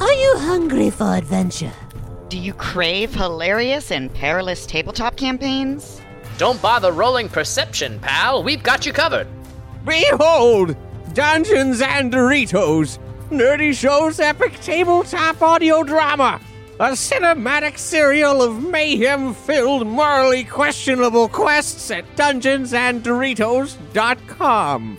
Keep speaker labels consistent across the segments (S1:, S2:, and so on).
S1: Are you hungry for adventure?
S2: Do you crave hilarious and perilous tabletop campaigns?
S3: Don't bother rolling perception, pal. We've got you covered.
S4: Behold! Dungeons and Doritos! Nerdy Show's epic tabletop audio drama! A cinematic serial of mayhem filled, morally questionable quests at dungeonsanddoritos.com.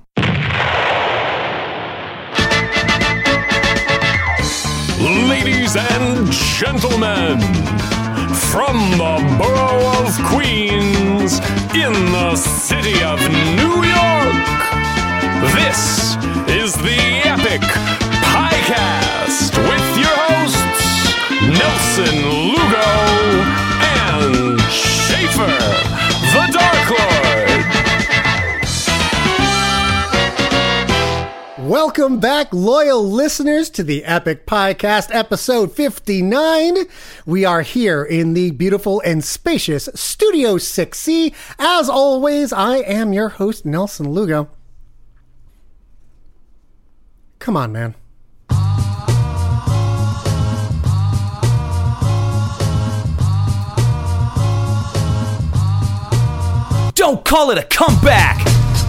S5: Ladies and gentlemen, from the borough of Queens, in the city of New York, this is the Epic Podcast with your hosts, Nelson Lugo and Schaefer, the Dark Lord.
S6: Welcome back, loyal listeners, to the Epic Podcast, episode 59. We are here in the beautiful and spacious Studio 6C. As always, I am your host, Nelson Lugo. Come on, man.
S7: Don't call it a comeback.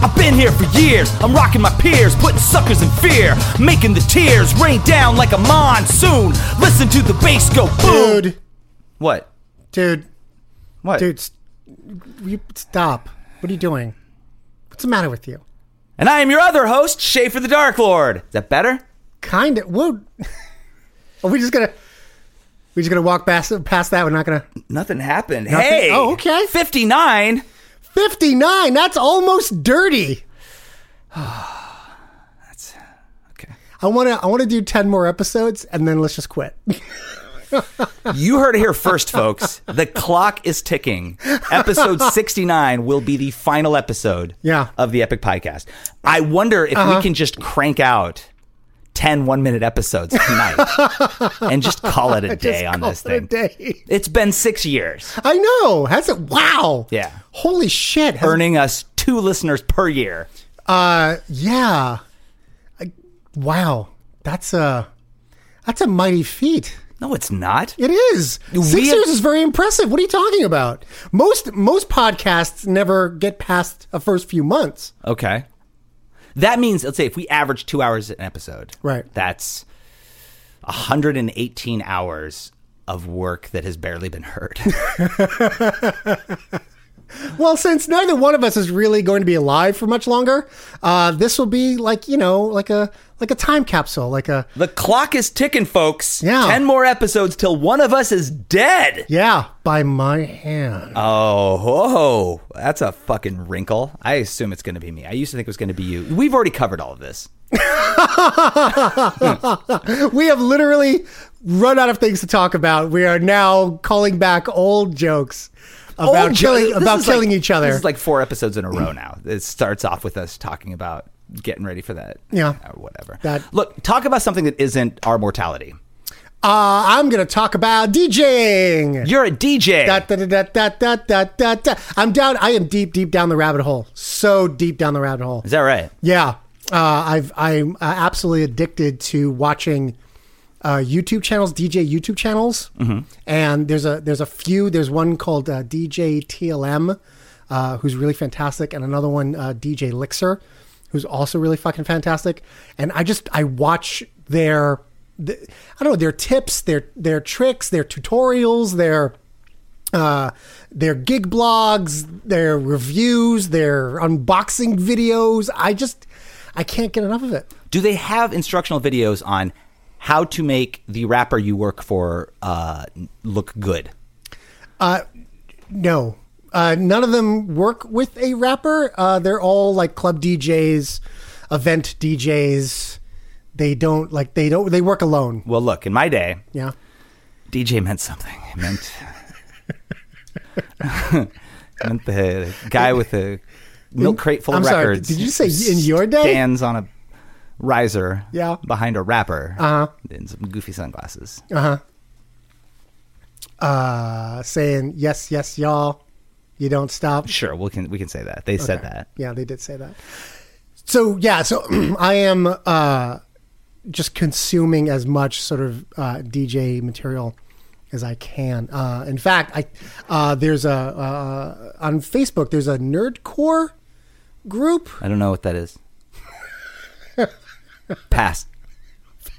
S7: I've been here for years. I'm rocking my peers, putting suckers in fear, making the tears rain down like a monsoon. Listen to the bass go boom.
S6: Dude,
S7: What?
S6: dude,
S7: What?
S6: dude, st- you, stop. What are you doing? What's the matter with you?
S7: And I am your other host, Schaefer the Dark Lord. Is that better?
S6: Kind of. Whoa. Are we just going to. We just gonna walk past past that. We're not gonna.
S7: Nothing happened.
S6: Nothing-
S7: Hey.
S6: Oh, okay.
S7: 59.
S6: Fifty nine. That's almost dirty.
S7: That's okay.
S6: I want to I want to do 10 more episodes and then let's just quit.
S7: You heard it here first, folks. The clock is ticking. Episode 69 will be the final episode
S6: Yeah. Uh-huh.
S7: of the Epic Podcast. I wonder if we can just crank out 10 one minute episodes tonight and just call it a day on
S6: call
S7: this
S6: it a
S7: thing.
S6: day.
S7: It's been six years,
S6: I know. Has it wow.
S7: Yeah.
S6: Holy shit. Has,
S7: earning us two listeners per year.
S6: uh yeah. I, wow. That's a That's a mighty feat.
S7: No, it's not.
S6: It is. Six
S7: We-
S6: years is very impressive. What are you talking about? Most most podcasts never get past a first few months.
S7: Okay. That means, let's say, if we average two hours an episode,
S6: Right.
S7: That's 118 hours of work that has barely been heard.
S6: Well, since neither one of us is really going to be alive for much longer, uh, this will be like you know, like a like a time capsule, like a
S7: the clock is ticking, folks.
S6: Yeah.
S7: Ten more episodes till one of us is dead.
S6: yeah, by my hand.
S7: Oh, whoa. That's a fucking wrinkle. I assume it's going to be me. I used to think it was going to be you. We've already covered all of this.
S6: We have literally run out of things to talk about. We are now calling back old jokes about
S7: Old
S6: killing
S7: Joe- Oh, this
S6: about
S7: is like-
S6: killing each other.
S7: This is like four episodes in a row now. It starts off with us talking about getting ready for that.
S6: Yeah.
S7: Or whatever.
S6: That-
S7: Look, talk about something that isn't our mortality.
S6: uh, I'm going to talk about DJing.
S7: You're a DJ.
S6: Da, da, da, da, da, da, da, da, da. I'm down. I am deep, deep down the rabbit hole. So deep down the rabbit hole.
S7: is that right?
S6: Yeah, uh, I've I'm uh, absolutely addicted to watching uh, YouTube channels, DJ YouTube channels, and there's a there's a few. There's one called uh, DJ TLM. uh, who's really fantastic, and another one, uh, DJ Lixer, who's also really fucking fantastic. And I just I watch their, th I don't know their tips, their their tricks, their tutorials, their uh, their gig blogs, their reviews, their unboxing videos. I just I can't get enough of it.
S7: Do they have instructional videos on how to make the rapper you work for uh, look good?
S6: No. Uh, none of them work with a rapper. Uh, they're all like club DJs, event DJs. They don't like they don't they work alone.
S7: Well, look, in my day,
S6: Yeah.
S7: DJ meant something. It meant, it meant the guy with the milk crate full
S6: I'm
S7: of
S6: sorry,
S7: records.
S6: did you say in your day?
S7: Stands on a riser
S6: Yeah.
S7: behind a rapper uh-huh. in some goofy sunglasses.
S6: Uh-huh. Uh, saying yes, yes, y'all. You don't stop.
S7: Sure, we can we can say that. They said that.
S6: Yeah, they did say that. So yeah, so I am uh, just consuming as much sort of uh, DJ material as I can. Uh, in fact, I uh, there's a uh, on Facebook there's a nerdcore group.
S7: I don't know what that is. Pass.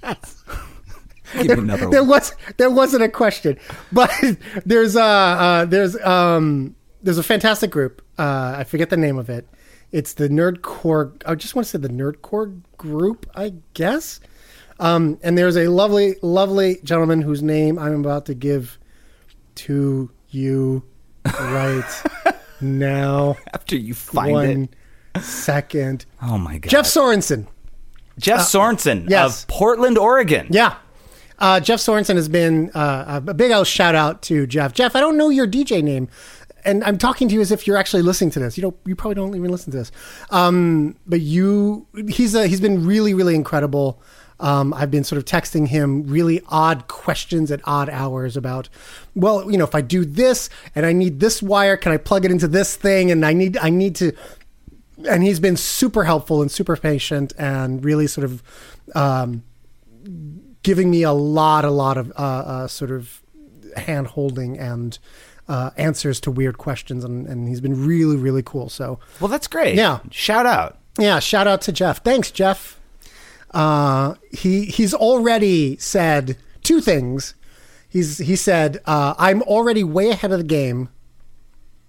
S7: Give me another
S6: There
S7: one.
S6: was there wasn't a question, but there's a uh, there's um there's a fantastic group. Uh, I forget the name of it. It's the Nerdcore. I just want to say the Nerdcore group, I guess. Um, and there's a lovely, lovely gentleman whose name I'm about to give to you right now.
S7: After you find
S6: One
S7: it.
S6: second.
S7: Oh my god.
S6: Jeff Sorensen.
S7: Jeff Sorensen
S6: yes.
S7: of Portland, Oregon.
S6: Yeah. Uh, Jeff Sorensen has been uh, a big old shout out to Jeff. Jeff, I don't know your DJ name, and I'm talking to you as if you're actually listening to this. You don't, you probably don't even listen to this. Um, but you, he's a, he's been really, really incredible. Um, I've been sort of texting him really odd questions at odd hours about, well, you know, if I do this and I need this wire, can I plug it into this thing? And I need, I need to and he's been super helpful and super patient and really sort of um, giving me a lot, a lot of uh, uh, sort of hand holding and uh, answers to weird questions. And, and he's been really, really cool. So,
S7: Well, that's great.
S6: Yeah.
S7: Shout out.
S6: yeah, shout out to Jeff. Thanks, Jeff. Uh, he he's already said two things. He's he said uh, I'm already way ahead of the game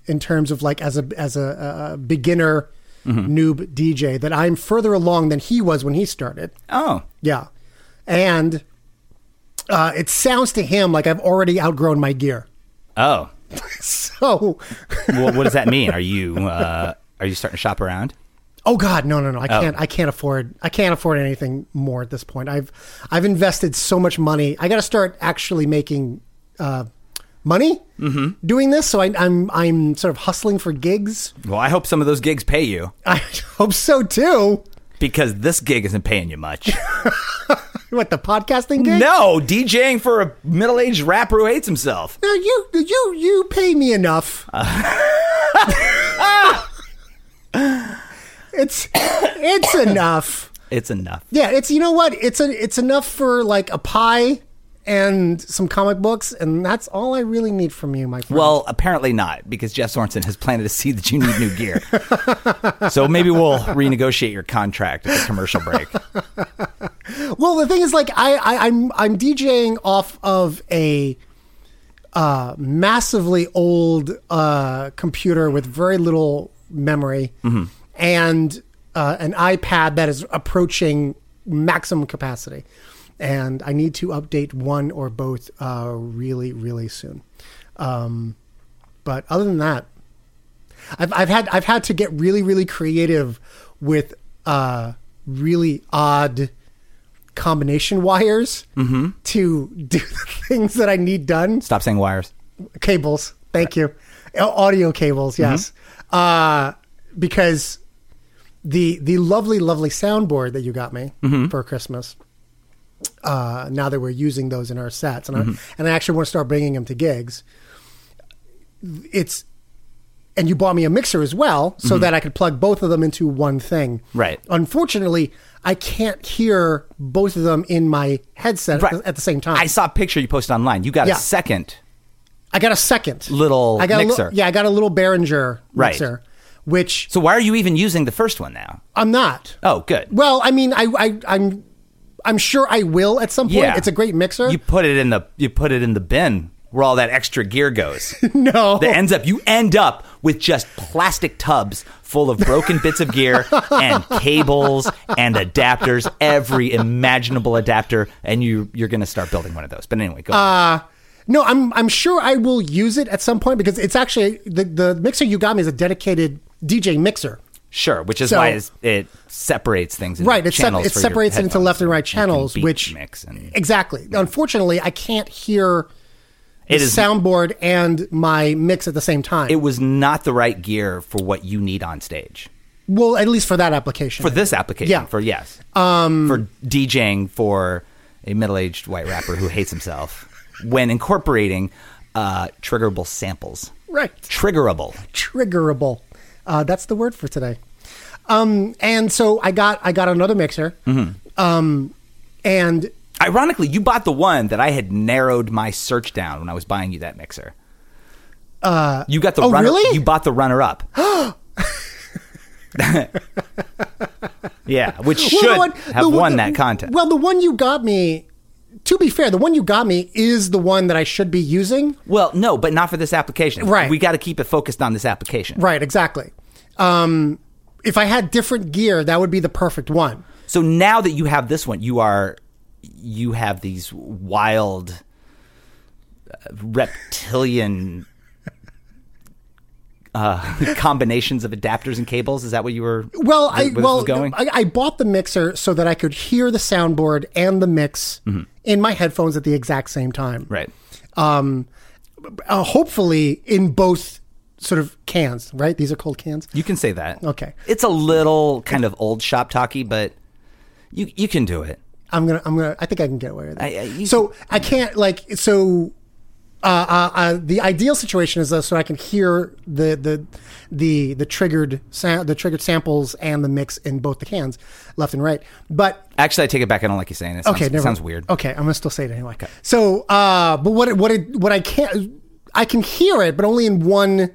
S6: in terms of like as a as a, a beginner noob DJ that I'm further along than he was when he started.
S7: Oh.
S6: Yeah, and uh, it sounds to him like I've already outgrown my gear.
S7: Oh.
S6: So
S7: well, what does that mean? Are you uh, are you starting to shop around?
S6: Oh God, no, no, no! I can't. I can't afford. I can't afford anything more at this point. I've I've invested so much money. I got to start actually making uh, money doing this. So I, I'm I'm sort of hustling for gigs.
S7: Well, I hope some of those gigs pay you
S6: I hope so too.
S7: because this gig isn't paying you much.
S6: What the podcasting gig?
S7: no, DJing for a middle-aged rapper who hates himself.
S6: No, you you you pay me enough. it's it's enough.
S7: It's enough.
S6: Yeah, it's you know what? It's a it's enough for like a pie and some comic books, and that's all I really need from you, my friend.
S7: Well, apparently not because Jeff Sorensen has planted a seed that you need new gear. so maybe we'll renegotiate your contract at the commercial break.
S6: well, the thing is, like, I, I I'm I'm DJing off of a uh, massively old uh, computer with very little memory, and uh, an iPad that is approaching maximum capacity, and I need to update one or both uh, really really soon. Um, but other than that, I've, I've had I've had to get really really creative with uh, really odd combination wires to do the things that I need done.
S7: Stop saying wires.
S6: Cables, thank you. Au- Audio cables,
S7: Mm-hmm.
S6: yes. Uh, because the the lovely lovely soundboard that you got me
S7: Mm-hmm.
S6: for Christmas. Uh, now that we're using those in our sets, and I,
S7: Mm-hmm.
S6: and I actually want to start bringing them to gigs. It's and you bought me a mixer as well, so that I could plug both of them into one thing.
S7: Mm-hmm. Right.
S6: Unfortunately, I can't hear both of them in my headset at
S7: Right.
S6: the- at the same time.
S7: I saw a picture you posted online. You got
S6: Yeah.
S7: a second
S6: I got a second
S7: little
S6: I got A
S7: mixer.
S6: little, yeah, I got a little Behringer
S7: Right.
S6: mixer, which
S7: So why are you even using the first one now?
S6: I'm not.
S7: Oh, good.
S6: Well, I mean, I, I I'm I'm sure I will at some point.
S7: Yeah.
S6: It's a great mixer.
S7: You put it in the you put it in the bin where all that extra gear goes.
S6: no,
S7: that ends up you end up with just plastic tubs full of broken bits of gear and cables and adapters, every imaginable adapter, and you you're gonna start building one of those. But anyway, go.
S6: Uh,
S7: on.
S6: no, I'm I'm sure I will use it at some point because it's actually the the mixer you got me is a dedicated DJ mixer.
S7: Sure, which is
S6: so-
S7: why it's, it separates things. Into
S6: Right, it, sep-
S7: channels
S6: it
S7: for your
S6: separates it into
S7: headphones
S6: left and right
S7: you can
S6: channels,
S7: beat
S6: which
S7: mix and
S6: exactly. Unfortunately, I can't hear the
S7: It is-
S6: soundboard and my mix at the same time.
S7: it was not the right gear for what you need on stage
S6: well, at least for that application.
S7: for this application.
S6: Yeah.
S7: For yes, um, for DJing for a middle-aged white rapper who hates himself when incorporating uh, triggerable samples.
S6: right.
S7: Triggerable.
S6: triggerable. Uh, that's the word for today. Um, and so I got I got another mixer.
S7: Mm-hmm.
S6: Um, and
S7: Ironically, you bought the one that I had narrowed my search down when I was buying you that mixer. Uh, you got the
S6: oh,
S7: runner.
S6: really?
S7: You bought the runner-up. yeah, which
S6: Well,
S7: should
S6: you know what?
S7: have
S6: The-
S7: won
S6: the-
S7: that contest.
S6: Well, the one you got me. To be fair, the one you got me is the one that I should be using.
S7: Well, no, but not for this application.
S6: Right.
S7: We got to keep it focused on this application.
S6: Right, exactly. Um, if I had different gear, that would be the perfect one.
S7: So now that you have this one, you are you have these wild uh, reptilian uh, combinations of adapters and cables. Is that what you were?
S6: Well,
S7: where
S6: I
S7: this
S6: well
S7: was going.
S6: I, I bought the mixer so that I could hear the soundboard and the mix
S7: Mm-hmm.
S6: in my headphones at the exact same time.
S7: right.
S6: um, uh, hopefully in both sort of cans, right? These are cold cans.
S7: You can say that.
S6: Okay.
S7: It's a little kind of old shop talky, but you you can do it.
S6: I'm gonna, I'm gonna, I think I can get away with it.
S7: I- I- you-
S6: so I can't like, so uh, uh, uh, the ideal situation is uh, so I can hear the the the the triggered sa- the triggered samples and the mix in both the cans, left and right. But
S7: Actually, I take it back. I don't like you saying it. Sounds,
S6: okay,
S7: it
S6: never
S7: sounds weird.
S6: Okay, I'm gonna still say it anyway. So, uh, but what it- what it, what I can't, I can hear it, but only in one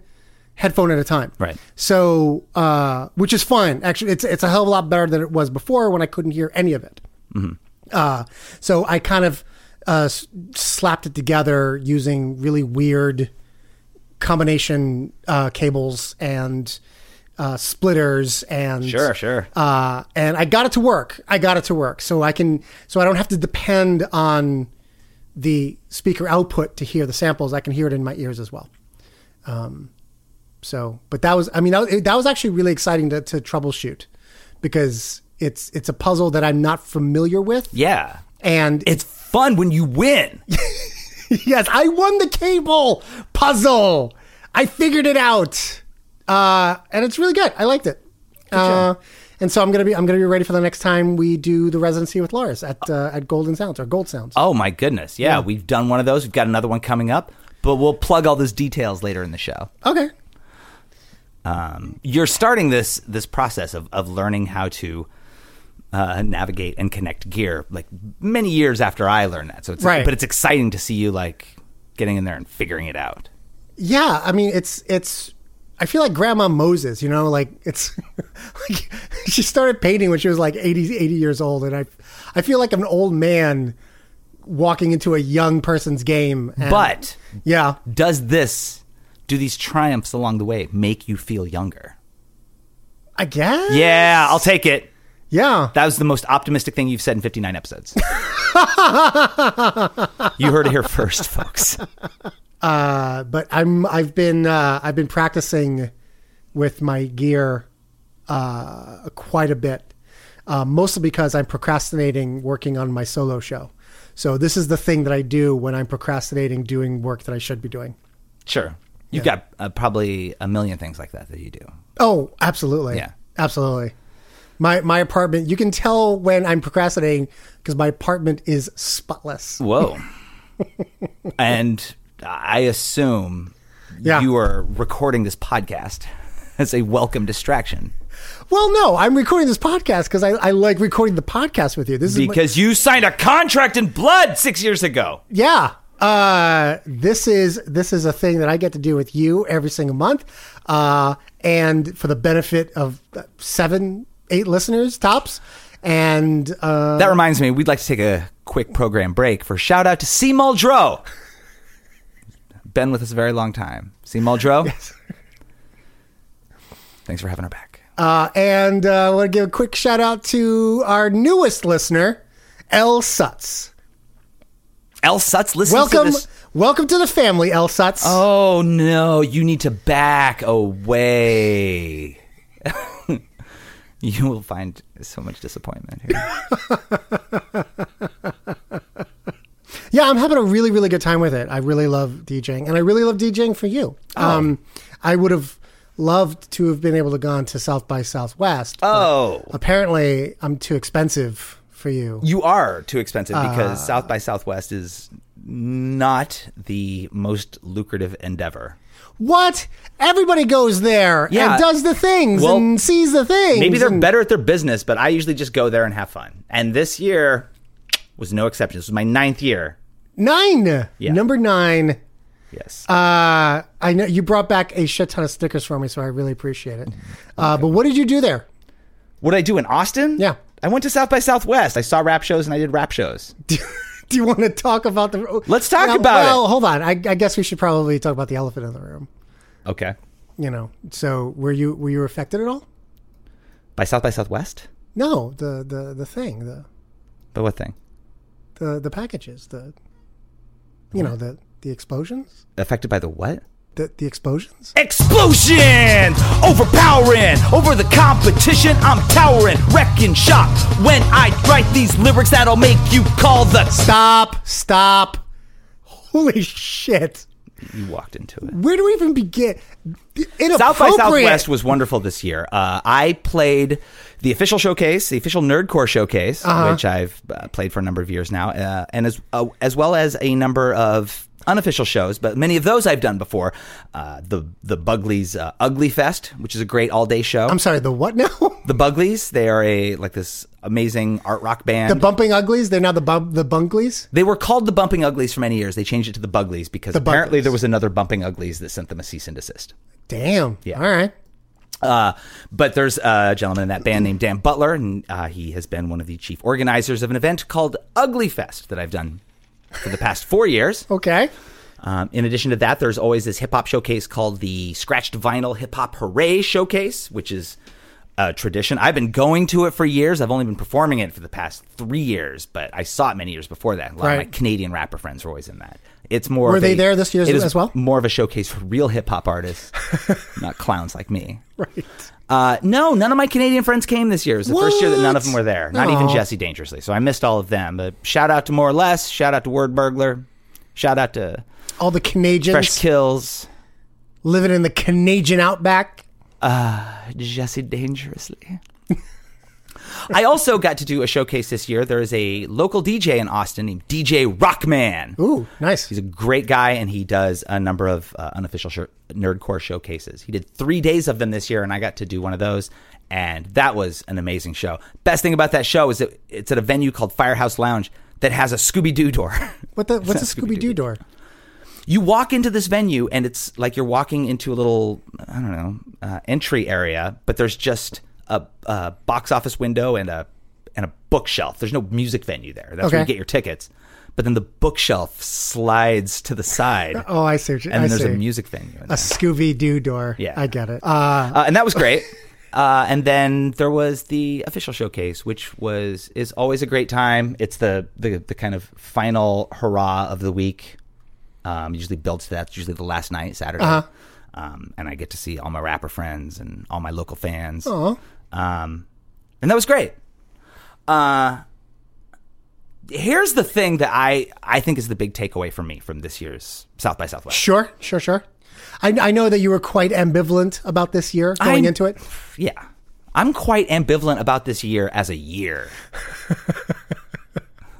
S6: headphone at a time.
S7: Right.
S6: So, uh, which is fine. Actually, it's it's a hell of a lot better than it was before when I couldn't hear any of it.
S7: Mm-hmm.
S6: Uh, so I kind of uh, s- slapped it together using really weird combination uh, cables and uh, splitters and
S7: Sure, sure.
S6: Uh, and I got it to work. I got it to work, so I can so I don't have to depend on the speaker output to hear the samples. I can hear it in my ears as well. Um, so, but that was I mean that was, that was actually really exciting to, to troubleshoot because it's it's a puzzle that I'm not familiar with.
S7: Yeah.
S6: And
S7: It's fun when you win.
S6: yes, I won the cable puzzle. I figured it out, uh, and it's really good. I liked it. Uh, and so I'm gonna be I'm gonna be ready for the next time we do the residency with Lars at uh, at Golden Sounds or Gold Sounds.
S7: Oh my goodness. Yeah, we've done one of those. We've got another one coming up, but we'll plug all those details later in the show. Um,
S6: Okay.
S7: You're starting this this process of, of learning how to uh, navigate and connect gear like many years after I learned that. So it's
S6: Right.
S7: but it's exciting to see you like getting in there and figuring it out.
S6: Yeah, I mean it's it's. I feel like Grandma Moses, you know, like it's like she started painting when she was like 80, 80 years old, and I, I feel like I'm an old man walking into a young person's game. and-
S7: But
S6: yeah,
S7: does this do these triumphs along the way make you feel younger?
S6: I guess.
S7: Yeah, I'll take it.
S6: yeah.
S7: That was the most optimistic thing you've said in 59 episodes. you heard it here first, folks.
S6: but I'm I've been uh, I've been practicing with my gear uh, quite a bit, uh, mostly because I'm procrastinating working on my solo show. So this is the thing that I do when I'm procrastinating doing work that I should be doing.
S7: Sure. You've got uh, probably a million things like that that you do.
S6: Oh, absolutely.
S7: Yeah.
S6: absolutely. My my apartment. You can tell when I'm procrastinating because my apartment is spotless.
S7: Whoa. and I assume
S6: Yeah.
S7: you are recording this podcast as a welcome distraction
S6: Well, no, I'm recording this podcast because I, I like recording the podcast with you. This is my-
S7: because you signed a contract in blood six years ago.
S6: Yeah. Uh, this is this is a thing that I get to do with you every single month, uh, and for the benefit of seven, eight listeners tops. And uh,
S7: That reminds me, we'd like to take a quick program break for shout out to C. Muldrow. Been with us a very long time. C. Muldrow. Thanks for having her back.
S6: Uh, and uh, I want to give a quick shout out to our newest listener, L Sutz.
S7: L Sutz listens
S6: welcome,
S7: to this.
S6: Welcome to the family, L Sutz.
S7: Oh no, you need to back away. you will find so much disappointment here.
S6: Yeah, I'm having a really, really good time with it. I really love DJing, and I really love DJing for you.
S7: Oh.
S6: Um, I would have loved to have been able to gone to South by Southwest. but
S7: Oh.
S6: apparently I'm too expensive for you.
S7: You are too expensive because South by Southwest is not the most lucrative endeavor.
S6: What? Everybody goes there
S7: Yeah.
S6: and does the things
S7: Well,
S6: and sees the things.
S7: Maybe they're
S6: and-
S7: better at their business, but I usually just go there and have fun. And this year was no exception. This was my ninth year.
S6: nine.
S7: Yeah.
S6: Number nine.
S7: Yes.
S6: Uh, I know you brought back a shit ton of stickers for me, so I really appreciate it. Uh, but what did you do there?
S7: what did I do in Austin?
S6: Yeah.
S7: I went to South by Southwest. I saw rap shows and I did rap shows.
S6: Do you want to talk about the?
S7: Let's talk
S6: Well-
S7: about it.
S6: Well, hold on. I, I guess we should probably talk about the elephant in the room.
S7: Okay.
S6: You know. So were you were you affected at all?
S7: By South by Southwest?
S6: No. The the the thing the
S7: By what thing?
S6: the the packages the. You know the the explosions
S7: Affected by the what?
S6: the the explosions.
S8: Explosion! Overpowering! Over the competition, I'm towering, wrecking shop. When I write these lyrics, that'll make you call the.
S6: Stop! Stop! Holy shit!
S7: You walked into it.
S6: Where do we even begin? Inappropriate.
S7: South by Southwest was wonderful this year. Uh, I played the official showcase, the official Nerdcore showcase,
S6: Uh-huh.
S7: which I've uh, played for a number of years now, uh, and as uh, as well as a number of unofficial shows, but many of those I've done before. Uh, the the Buglies uh, Ugly Fest, which is a great all day show.
S6: I'm sorry. The what now?
S7: the Buglies, they are a like this amazing art rock band.
S6: The bumping uglies? They're now the bump the bunglies?
S7: They were called the Bumping Uglies for many years. They changed it to the Buglies because
S6: The
S7: apparently
S6: Buglies.
S7: there was another Bumping Uglies that sent them a cease and desist.
S6: Damn.
S7: Yeah.
S6: All right.
S7: Uh, but there's a gentleman in that band named Dan Butler, and uh, he has been one of the chief organizers of an event called Ugly Fest that I've done for the past four years.
S6: Okay.
S7: Um, in addition to that, there's always this hip hop showcase called the Scratched Vinyl Hip Hop Hooray Showcase, which is a tradition. I've been going to it for years. I've only been performing it for the past three years, but I saw it many years before that. A lot of
S6: Right.
S7: my Canadian rapper friends were always in that. It's more.
S6: Were
S7: of
S6: they
S7: a-
S6: there this year
S7: it is
S6: as well?
S7: More of a showcase for real hip hop artists, not clowns like me. Right. Uh, no, none of my Canadian friends came this year. It was the first year that none of them were there. Not even
S6: Aw.
S7: Jesse Dangerously. So I missed all of them. But shout out to More or Less. Shout out to Word Burglar. Shout out to
S6: All the Canadians
S7: Fresh Kills.
S6: living in the Canadian outback.
S7: Jesse Dangerously. I also got to do a showcase this year. There is a local DJ in Austin named DJ Rockman.
S6: Ooh, nice.
S7: He's a great guy, and he does a number of uh, unofficial shir- nerdcore showcases. He did three days of them this year, and I got to do one of those, and that was an amazing show. Best thing about that show is that it's at a venue called Firehouse Lounge that has a Scooby Doo door.
S6: what the what's a
S7: It's not
S6: Scooby Doo door?
S7: you walk into this venue and it's like you're walking into a little i don't know uh, entry area but there's just a, a box office window and a and a bookshelf there's no music venue there that's where
S6: Okay.
S7: you get your tickets but then the bookshelf slides to the side
S6: Oh, I see. What you,
S7: and
S6: I
S7: then there's
S6: see.
S7: a music venue in
S6: A
S7: there.
S6: Scooby Doo door.
S7: Yeah.
S6: I get it. Uh,
S7: Uh, and that was great uh, and then there was the official showcase which was is always a great time it's the the, the kind of final hurrah of the week um, usually builds to that it's usually the last night saturday um, and i get to see all my rapper friends and all my local fans
S6: oh,
S7: um, and that was great. Uh, here's the thing that I I think is the big takeaway for me from this year's South by Southwest.
S6: sure, sure, sure. I, I know that you were quite ambivalent about this year
S7: I'm-
S6: going into it.
S7: Yeah, I'm quite ambivalent about this year as a year.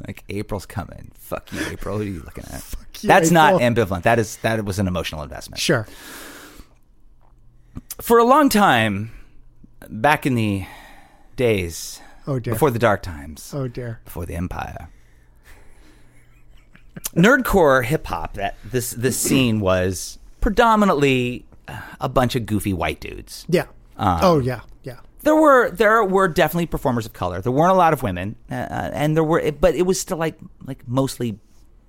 S7: like April's coming. Fuck you, April. Who are you looking at?
S6: you,
S7: That's not
S6: April.
S7: ambivalent. That is that was an emotional investment.
S6: Sure.
S7: For a long time, back in the days
S6: Oh dear.
S7: before the dark times,
S6: oh dear.
S7: before the empire. nerdcore hip hop that this this scene was predominantly uh, a bunch of goofy white dudes.
S6: Yeah.
S7: Um,
S6: oh yeah, yeah.
S7: There were there were definitely performers of color. There weren't a lot of women, uh, and there were, but it was still like like mostly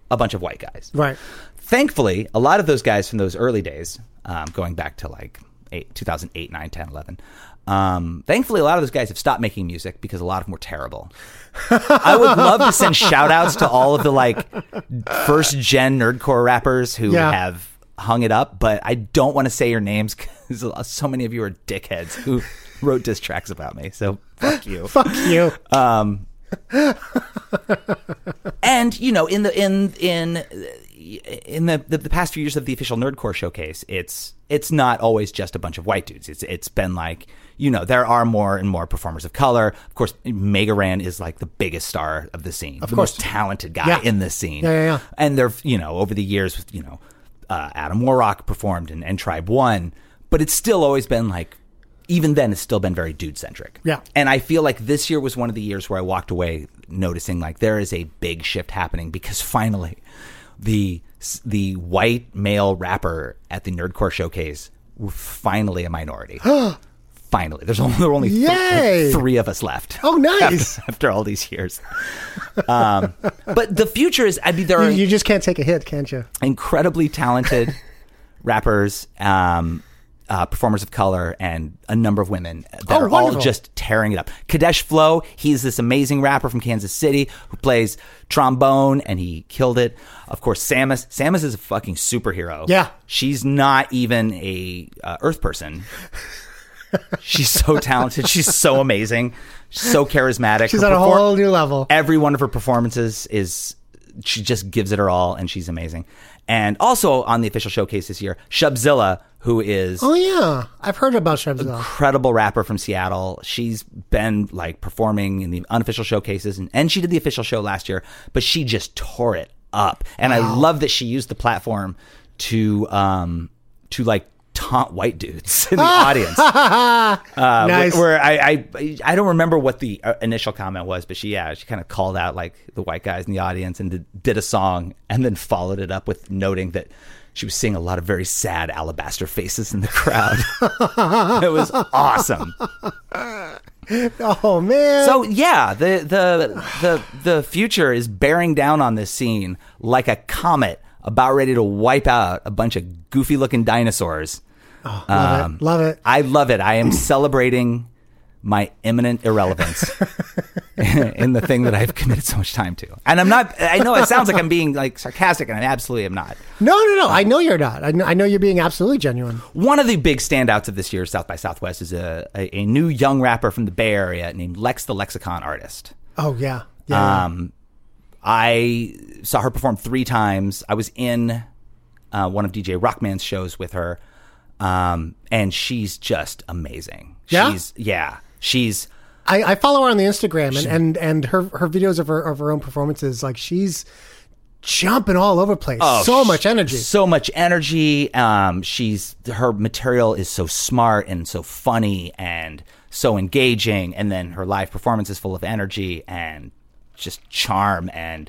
S7: a bunch of white guys.
S6: Right.
S7: Thankfully, a lot of those guys from those early days, um, going back to like eight, 2008, 9, 10, 11, um, thankfully, a lot of those guys have stopped making music because a lot of them were terrible. I would love to send shout outs to all of the like first gen nerdcore rappers who
S6: Yeah.
S7: have hung it up, but I don't want to say your names because so many of you are dickheads who wrote diss tracks about me. So fuck you.
S6: Fuck you.
S7: Um, and you know, in the in in in the, the the past few years of the official Nerdcore showcase, it's it's not always just a bunch of white dudes. It's it's been like you know there are more and more performers of color. Of course, Megaran is like the biggest star of the scene,
S6: Of
S7: the
S6: course.
S7: most talented guy
S6: Yeah.
S7: in this scene.
S6: Yeah, yeah, yeah.
S7: And they're you know over the years, you know, uh, Adam Warrock performed and, and Tribe One, but it's still always been like even then it's still been very dude centric.
S6: Yeah.
S7: And I feel like this year was one of the years where I walked away noticing like there is a big shift happening because finally the the white male rapper at the Nerdcore showcase were finally a minority. finally. There's only there were only th-
S6: Yay!
S7: three of us left.
S6: Oh, nice.
S7: After, after all these years. um, but the future is I mean there
S6: You,
S7: are
S6: you just can't take a hit, can't you?
S7: incredibly talented rappers, um, uh, performers of color, and a number of women that
S6: Oh,
S7: are
S6: wonderful.
S7: all just tearing it up. Kadesh Flow, he's this amazing rapper from Kansas City who plays trombone, and he killed it. Of course, Samus. Samus is a fucking superhero.
S6: Yeah.
S7: she's not even a uh, Earth person. She's so talented. She's so amazing. So charismatic.
S6: She's
S7: Her
S6: on a
S7: perform-
S6: whole new level.
S7: every one of her performances is she just gives it her all and she's amazing. And also on the official showcase this year, Shubzilla, who is
S6: Oh yeah, I've heard about Shemzal.
S7: incredible rapper from Seattle. She's been like performing in the unofficial showcases and, and she did the official show last year, but she just tore it up. And I love that she used the platform to um to like taunt white dudes in the audience. Uh, wh-
S6: Nice.
S7: Where I, I I don't remember what the uh, initial comment was, but she yeah she kind of called out like the white guys in the audience and did, did a song and then followed it up with noting that she was seeing a lot of very sad alabaster faces in the crowd. it was awesome.
S6: Oh man.
S7: So yeah, the the the the future is bearing down on this scene like a comet about ready to wipe out a bunch of goofy looking dinosaurs.
S6: love
S7: um,
S6: it. Love it.
S7: I love it. I am celebrating my imminent irrelevance in the thing that I've committed so much time to. And I'm not I know it sounds like I'm being like sarcastic and I absolutely am not.
S6: No, no, no. I know you're not. I know, I know you're being absolutely genuine.
S7: One of the big standouts of this year's South by Southwest is a, a, a new young rapper from the Bay Area named Lex the Lexicon Artist.
S6: Oh yeah. Yeah.
S7: Um, I saw her perform three times. I was in uh, one of DJ Rockman's shows with her, um, and she's just amazing.
S6: Yeah?
S7: She's, yeah. She's
S6: I, I follow her on the Instagram and, and, and her, her videos of her of her own performances, like she's jumping all over the place.
S7: Oh,
S6: so much energy.
S7: so much energy. Um, she's her material is so smart and so funny and so engaging, and then her live performance is full of energy and just charm. And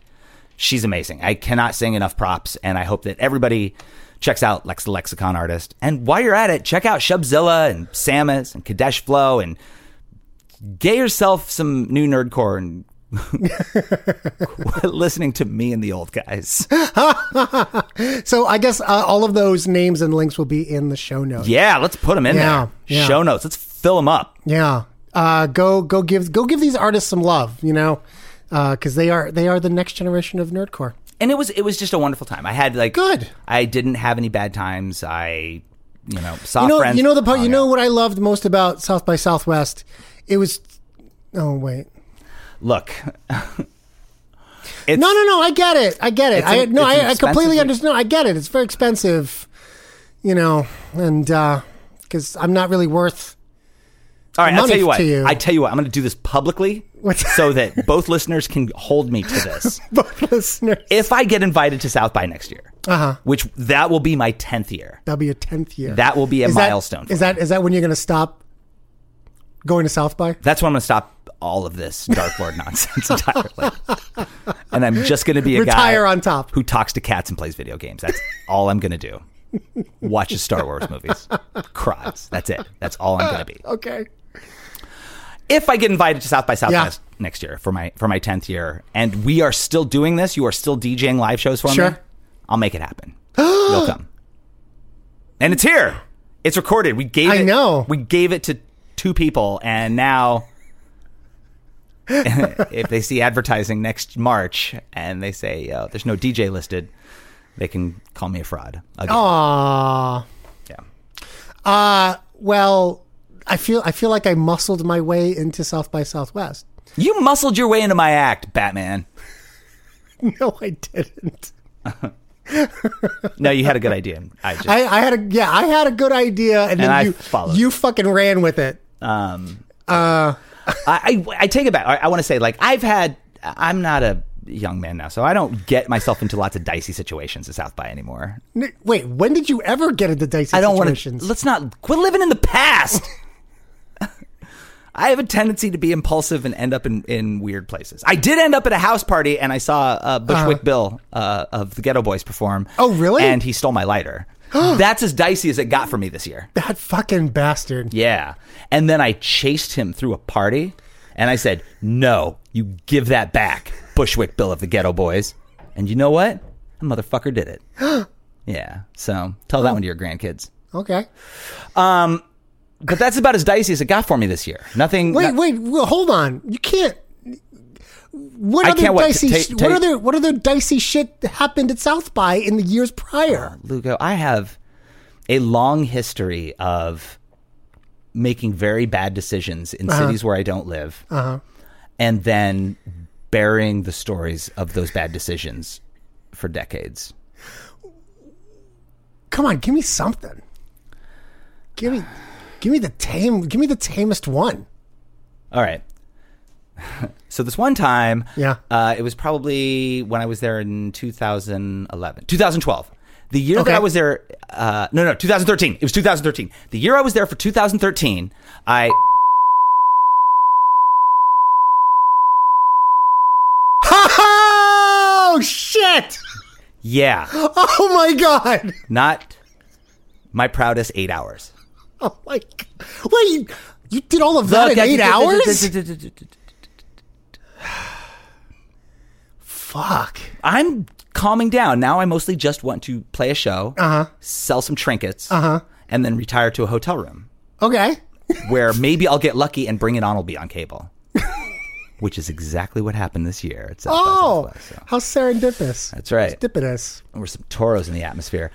S7: she's amazing. I cannot sing enough props, and I hope that everybody checks out Lex the Lexicon Artist. And while you're at it, check out Shubzilla and Samus and Kadesh Flow and get yourself some new nerdcore and. listening to me and the old guys.
S6: So I guess uh, all of those names and links will be in the show notes.
S7: Yeah, let's put them in
S6: Yeah,
S7: there.
S6: yeah.
S7: Show notes. Let's fill them up.
S6: Yeah. Uh, go go give go give these artists some love, you know, because they are they are the next generation of nerdcore.
S7: And it was it was just a wonderful time. I had like
S6: Good.
S7: I didn't have any bad times. I you know saw
S6: You know,
S7: friends. Oh,
S6: you know the part.
S7: hung
S6: You know
S7: out.
S6: what I loved most about South by Southwest. It was. Oh wait.
S7: Look,
S6: No, no, no. I get it. I get it.
S7: It's
S6: I
S7: an-
S6: no.
S7: it's an
S6: I, I completely
S7: expensive-
S6: understand. No, I get it. It's very expensive, you know, and because I'm not really worth.
S7: all right. I'll
S6: money
S7: tell you what.
S6: to you.
S7: I tell you what. I'm going to do this publicly so that both listeners can hold me to this.
S6: Both listeners.
S7: if I get invited to South by next year, uh-huh. which that will be my tenth year.
S6: That'll be your tenth year.
S7: That will be a
S6: Is that-
S7: milestone. for
S6: Is that is that when you're going to stop going to South by?
S7: That's when I'm going to stop all of this Dark Lord nonsense entirely. and I'm just going to be a guy
S6: Retire on top.
S7: who talks to cats and plays video games. That's all I'm going to do. Watches Star Wars movies, cries. That's it. That's all I'm going to be.
S6: Okay.
S7: If I get invited to South by Southwest
S6: Yeah.
S7: next year for my for my tenth year, and we are still doing this, you are still DJing live shows for me.
S6: Sure.
S7: I'll make it happen. You'll come, and it's here. It's recorded. We gave.
S6: I
S7: it,
S6: know.
S7: We gave it to two people, and now. if they see advertising next March and they say uh, there's no DJ listed, they can call me a fraud. Again.
S6: Oh. Aww.
S7: Yeah.
S6: Uh well, I feel I feel like I muscled my way into South by Southwest.
S7: You muscled your way into my act, Batman.
S6: No, I didn't.
S7: No, you had a good idea. I just
S6: I, I had a yeah, I had a good idea, and, then
S7: I
S6: you
S7: followed.
S6: you fucking ran with it.
S7: Um, I, I I take it back. I, I want to say like I've had. I'm not a young man now, so I don't get myself into lots of dicey situations at South by anymore.
S6: N- Wait, when did you ever get into dicey
S7: I don't want to.
S6: situations?
S7: Let's not quit living in the past. I have a tendency to be impulsive and end up in, in weird places. I did end up at a house party and I saw uh, Bushwick Bill uh, of the Ghetto Boys perform.
S6: Uh-huh. Oh, really?
S7: And he stole my lighter. That's as dicey as it got for me this year.
S6: that fucking bastard.
S7: Yeah. And then I chased him through a party and I said, No, you give that back, Bushwick Bill of the Ghetto Boys. And you know what? That motherfucker did it. yeah. So tell that one to your grandkids.
S6: Okay.
S7: But that's about as dicey as it got for me this year. Nothing.
S6: Wait,
S7: not-
S6: wait, well, hold on. You can't. What
S7: I
S6: other
S7: can't what,
S6: dicey?
S7: ta-
S6: sh-
S7: ta-
S6: what other what other dicey shit happened at South by in the years prior?
S7: Lugo, I have a long history of making very bad decisions in cities where I don't live, and then burying the stories of those bad decisions for decades.
S6: Come on, give me something. Give me, give me the tame. Give me the tamest one.
S7: All right. so this one time,
S6: Yeah.
S7: uh, it was probably when I was there in 2011, 2012. The year
S6: Okay.
S7: that I was there, uh, no, no, 2013. It was 2013. The year I was there for 2013, I.
S6: Oh shit!
S7: Yeah,
S6: Oh my god!
S7: not my proudest eight hours.
S6: Oh my god! Wait, you did all of that in eight hours? Fuck!
S7: I'm calming down. Now I mostly just want to play a show, uh-huh. sell some trinkets, uh-huh. and then retire to a hotel room.
S6: Okay.
S7: where maybe I'll get lucky and Bring It On will be on cable, which is exactly what happened this year. It's
S6: Oh, how serendipitous!
S7: That's right.
S6: Serendipitous.
S7: There were some toros in the atmosphere.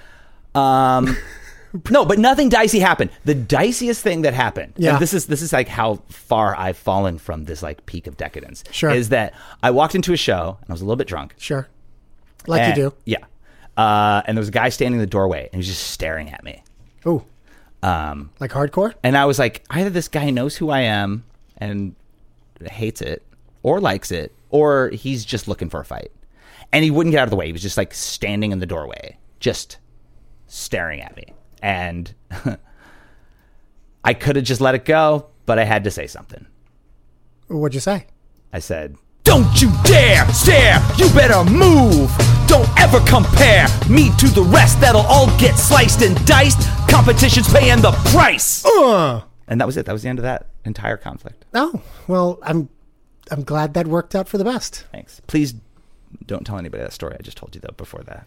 S7: Um, no, but nothing dicey happened. The diciest thing that happened, and
S6: Yeah.
S7: this is this is like how far I've fallen from this like peak of decadence.
S6: Sure.
S7: is that I walked into a show and I was a little bit drunk.
S6: Sure. Like
S7: And-
S6: you do.
S7: yeah. Uh, and there was a guy standing in the doorway and he was just staring at me.
S6: Oh. Um, like hardcore?
S7: And I was like, either this guy knows who I am and hates it or likes it, or he's just looking for a fight. And he wouldn't get out of the way. He was just like standing in the doorway, just staring at me. And I could have just let it go, but I had to say something.
S6: What'd you say?
S7: I said,
S8: Don't you dare stare, you better move. Don't ever compare me to the rest, that'll all get sliced and diced. Competition's paying the price.
S7: and that was it. That was the end of that entire conflict.
S6: Oh, well, I'm I'm glad that worked out for the best.
S7: Thanks. Please don't tell anybody that story I just told you, though, before that.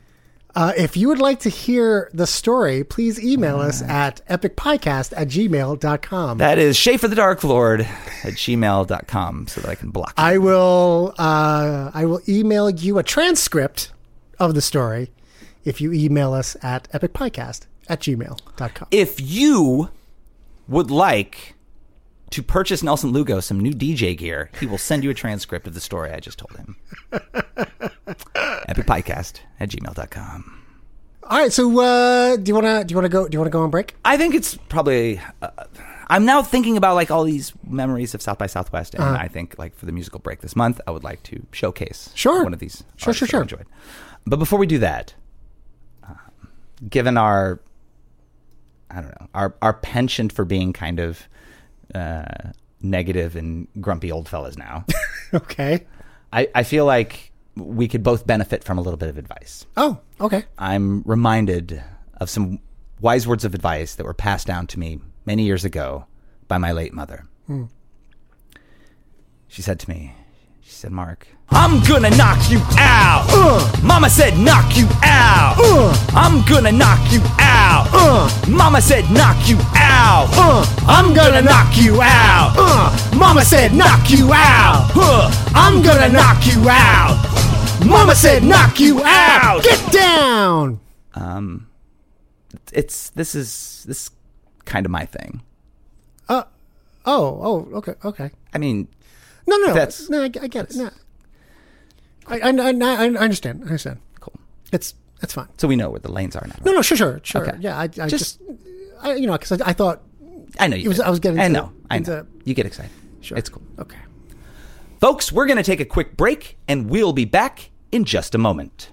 S6: Uh, if you would like to hear the story, please email us at epicpodcast at gmail.com.
S7: That is Schaefer the Dark Lord at gmail.com so that I can block.
S6: I will uh, I will email you a transcript of the story if you email us at epicpodcast at gmail.com.
S7: if you would like to purchase Nelson Lugo some new DJ gear, he will send you a transcript of the story I just told him. Epicpodcast at gmail.com.
S6: All right, so uh, do you wanna do you wanna go do you wanna go on break?
S7: I think it's probably. Uh, I'm now thinking about like all these memories of South by Southwest,
S6: Uh-huh.
S7: and I think like for the musical break this month, I would like to showcase
S6: Sure.
S7: one of these.
S6: Sure,
S7: artists
S6: sure,
S7: that I
S6: sure.
S7: Enjoyed. But before we do that, uh, given our, I don't know, our our penchant for being kind of uh, negative and grumpy old fellas now,
S6: Okay.
S7: I I feel like we could both benefit from a little bit of advice.
S6: Oh, okay.
S7: I'm reminded of some wise words of advice that were passed down to me many years ago by my late mother.
S8: Hmm.
S7: She said to me, she said, Mark,
S8: I'm gonna knock you out. Uh. Mama said knock you out. Uh. I'm gonna knock you out. Uh. Mama said knock you out. Uh. I'm gonna knock you out. Uh. Mama said knock you out. Uh. I'm gonna knock you out. Mama said knock you out.
S6: Get down.
S7: um, it's this is this is kind of my thing.
S6: Uh, oh, oh, okay, okay.
S7: I mean,
S6: No, no, no.
S7: That's-
S6: no. I, I get it. No. I, I, I, I understand. I understand.
S7: Cool.
S6: It's that's fine.
S7: so we know where the lanes are now.
S6: No, no, sure, sure, sure.
S7: Okay.
S6: Yeah, I, I just,
S7: Just-
S6: I, you know, because I, I thought
S7: I know you.
S6: it was.
S7: did.
S6: I was getting.
S7: I
S6: into-
S7: know. I know.
S6: into-
S7: You get excited.
S6: Sure.
S7: It's cool.
S6: Okay.
S7: Folks, we're going to take a quick break and we'll be back in just a moment.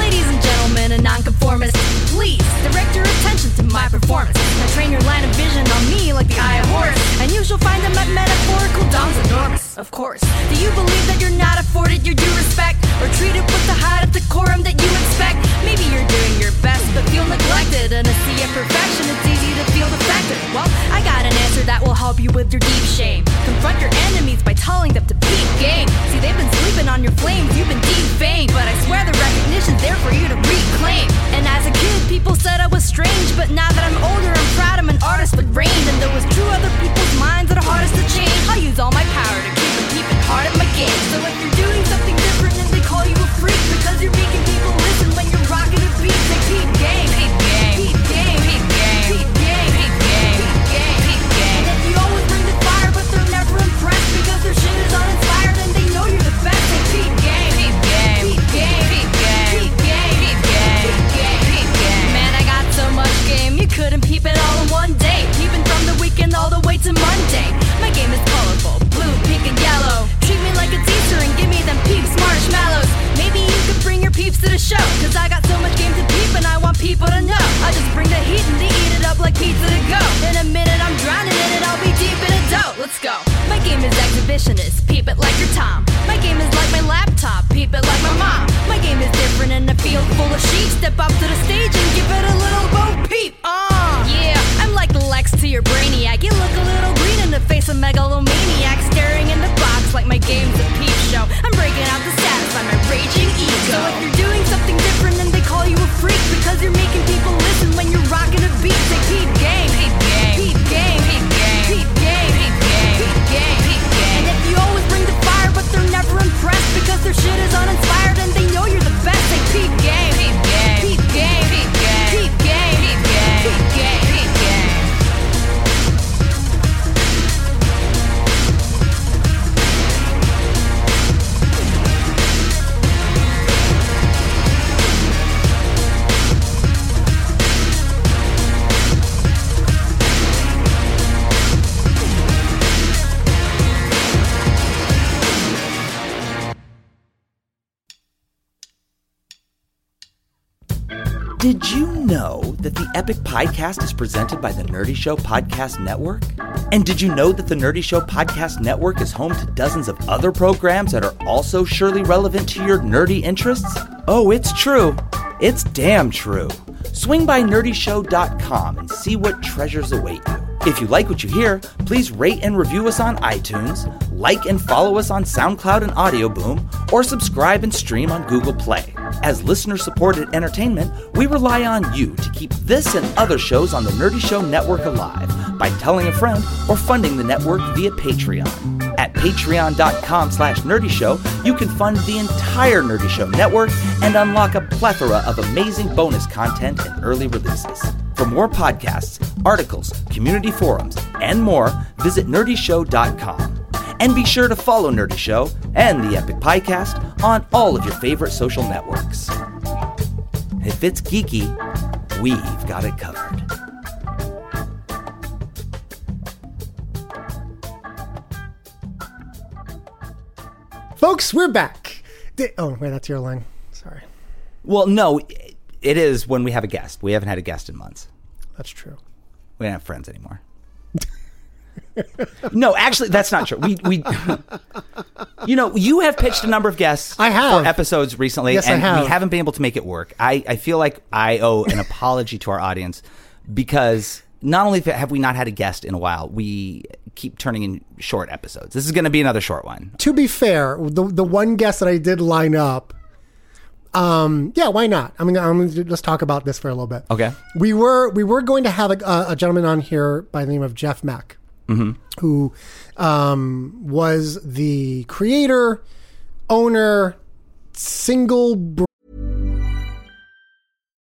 S1: Ladies and gentlemen, a nonconformist, please direct your attention to my performance. Now train your line of vision on me like the eye of Horus, and you shall find that my metaphorical dawn's enormous. Of course. Do you believe that you're not afforded your due respect, or treated with the high decorum that you expect? Maybe you're doing your best, but feel neglected. In a sea of perfection, it's easy to feel defective. Well, I got an answer that will help you with your deep shame. Confront your enemies by telling them to peep game. See, they've been sleeping on your flames, you've been defamed, but I swear the recognition's there for you to reclaim. And as a kid, people said I was strange, but now that I'm older, I'm proud I'm an artist with range, and though it's true, other people's minds are the hardest to change. I use all my power to keep it peeping hard at my game. So if you're doing something different, and they call you a freak because you're making people listen when you're rocking a beat, they peep game, peep game, peep game, peep game, peep game, peep game, peep game, peep game. And if you always bring the fire, but they're never impressed because their shit is uninspired, and they know you're the best. They peep game, peep game, peep game, peep game, peep game, peep game, peep game, peep game. Man, I got so much game, you couldn't peep it all in one day. Peeping from the weekend all the way to Monday. My game is colorful, blue, pink, and yellow. Treat me like a teacher and give me them peeps marshmallows. Maybe you could bring your peeps to the show. Cause I got so much game to peep and I want people to know. I just bring the heat and they eat it up like pizza to go. In a minute I'm drowning in it, I'll be deep in a dough. Let's go. My game is exhibitionist, peep it like your Tom. My game is like my laptop, peep it like my mom. My game is different in a field full of sheep. Step up to the stage and give it a little bo peep. Ah, yeah, I'm like Lex to your brainiac. You look a little green in the face of megalomaniac, staring in the box like my game's a peep show. I'm breaking out to satisfy my raging ego. So if you're doing something different, then they call you a freak because you're making people listen when you're rocking a beat. They peep game, peep game, peep game, peep game, peep game, peep game, peep game, peep game. And if you always bring the fire, but they're never impressed because their shit is uninspired and they know you're the best. They peep game, peep game, peep game, peep game, peep game, peep game, peep game, peep game.
S7: Did you know that the Epic Podcast is presented by the Nerdy Show Podcast Network? And did you know that the Nerdy Show Podcast Network is home to dozens of other programs that are also surely relevant to your nerdy interests? Oh, it's true. It's damn true. Swing by nerdyshow.com and see what treasures await you. If you like what you hear, please rate and review us on iTunes, like and follow us on SoundCloud and Audio Boom, or subscribe and stream on Google Play. As listener supported entertainment, we rely on you to keep this and other shows on the Nerdy Show Network alive by telling a friend or funding the network via Patreon. At patreon.com slash nerdy show, you can fund the entire Nerdy Show network and unlock a plethora of amazing bonus content and early releases. For more podcasts, articles, community forums, and more, visit nerdyshow.com. And be sure to follow Nerdy Show and the Epic Podcast on all of your favorite social networks. If it's geeky, we've got it covered.
S6: Folks, we're back. Di- oh, wait, that's your line. Sorry.
S7: Well, no, it is when we have a guest. We haven't had a guest in months.
S6: That's true.
S7: We don't have friends anymore. no, actually, that's not true. We, we, you know, you have pitched a number of guests. I
S6: have
S7: episodes recently,
S6: Yes, I
S7: and
S6: have.
S7: we haven't been able to make it work. I, I feel like I owe an apology to our audience because not only have we not had a guest in a while, we keep turning in short episodes. This is going to be another short one.
S6: To be fair, the the one guest that I did line up, um, yeah, why not? I mean, I'm, let's talk about this for a little bit.
S7: Okay.
S6: We were we were going to have a, a gentleman on here by the name of Jeff Mack,
S7: Mm-hmm.
S6: who um, was the creator, owner, single. Br-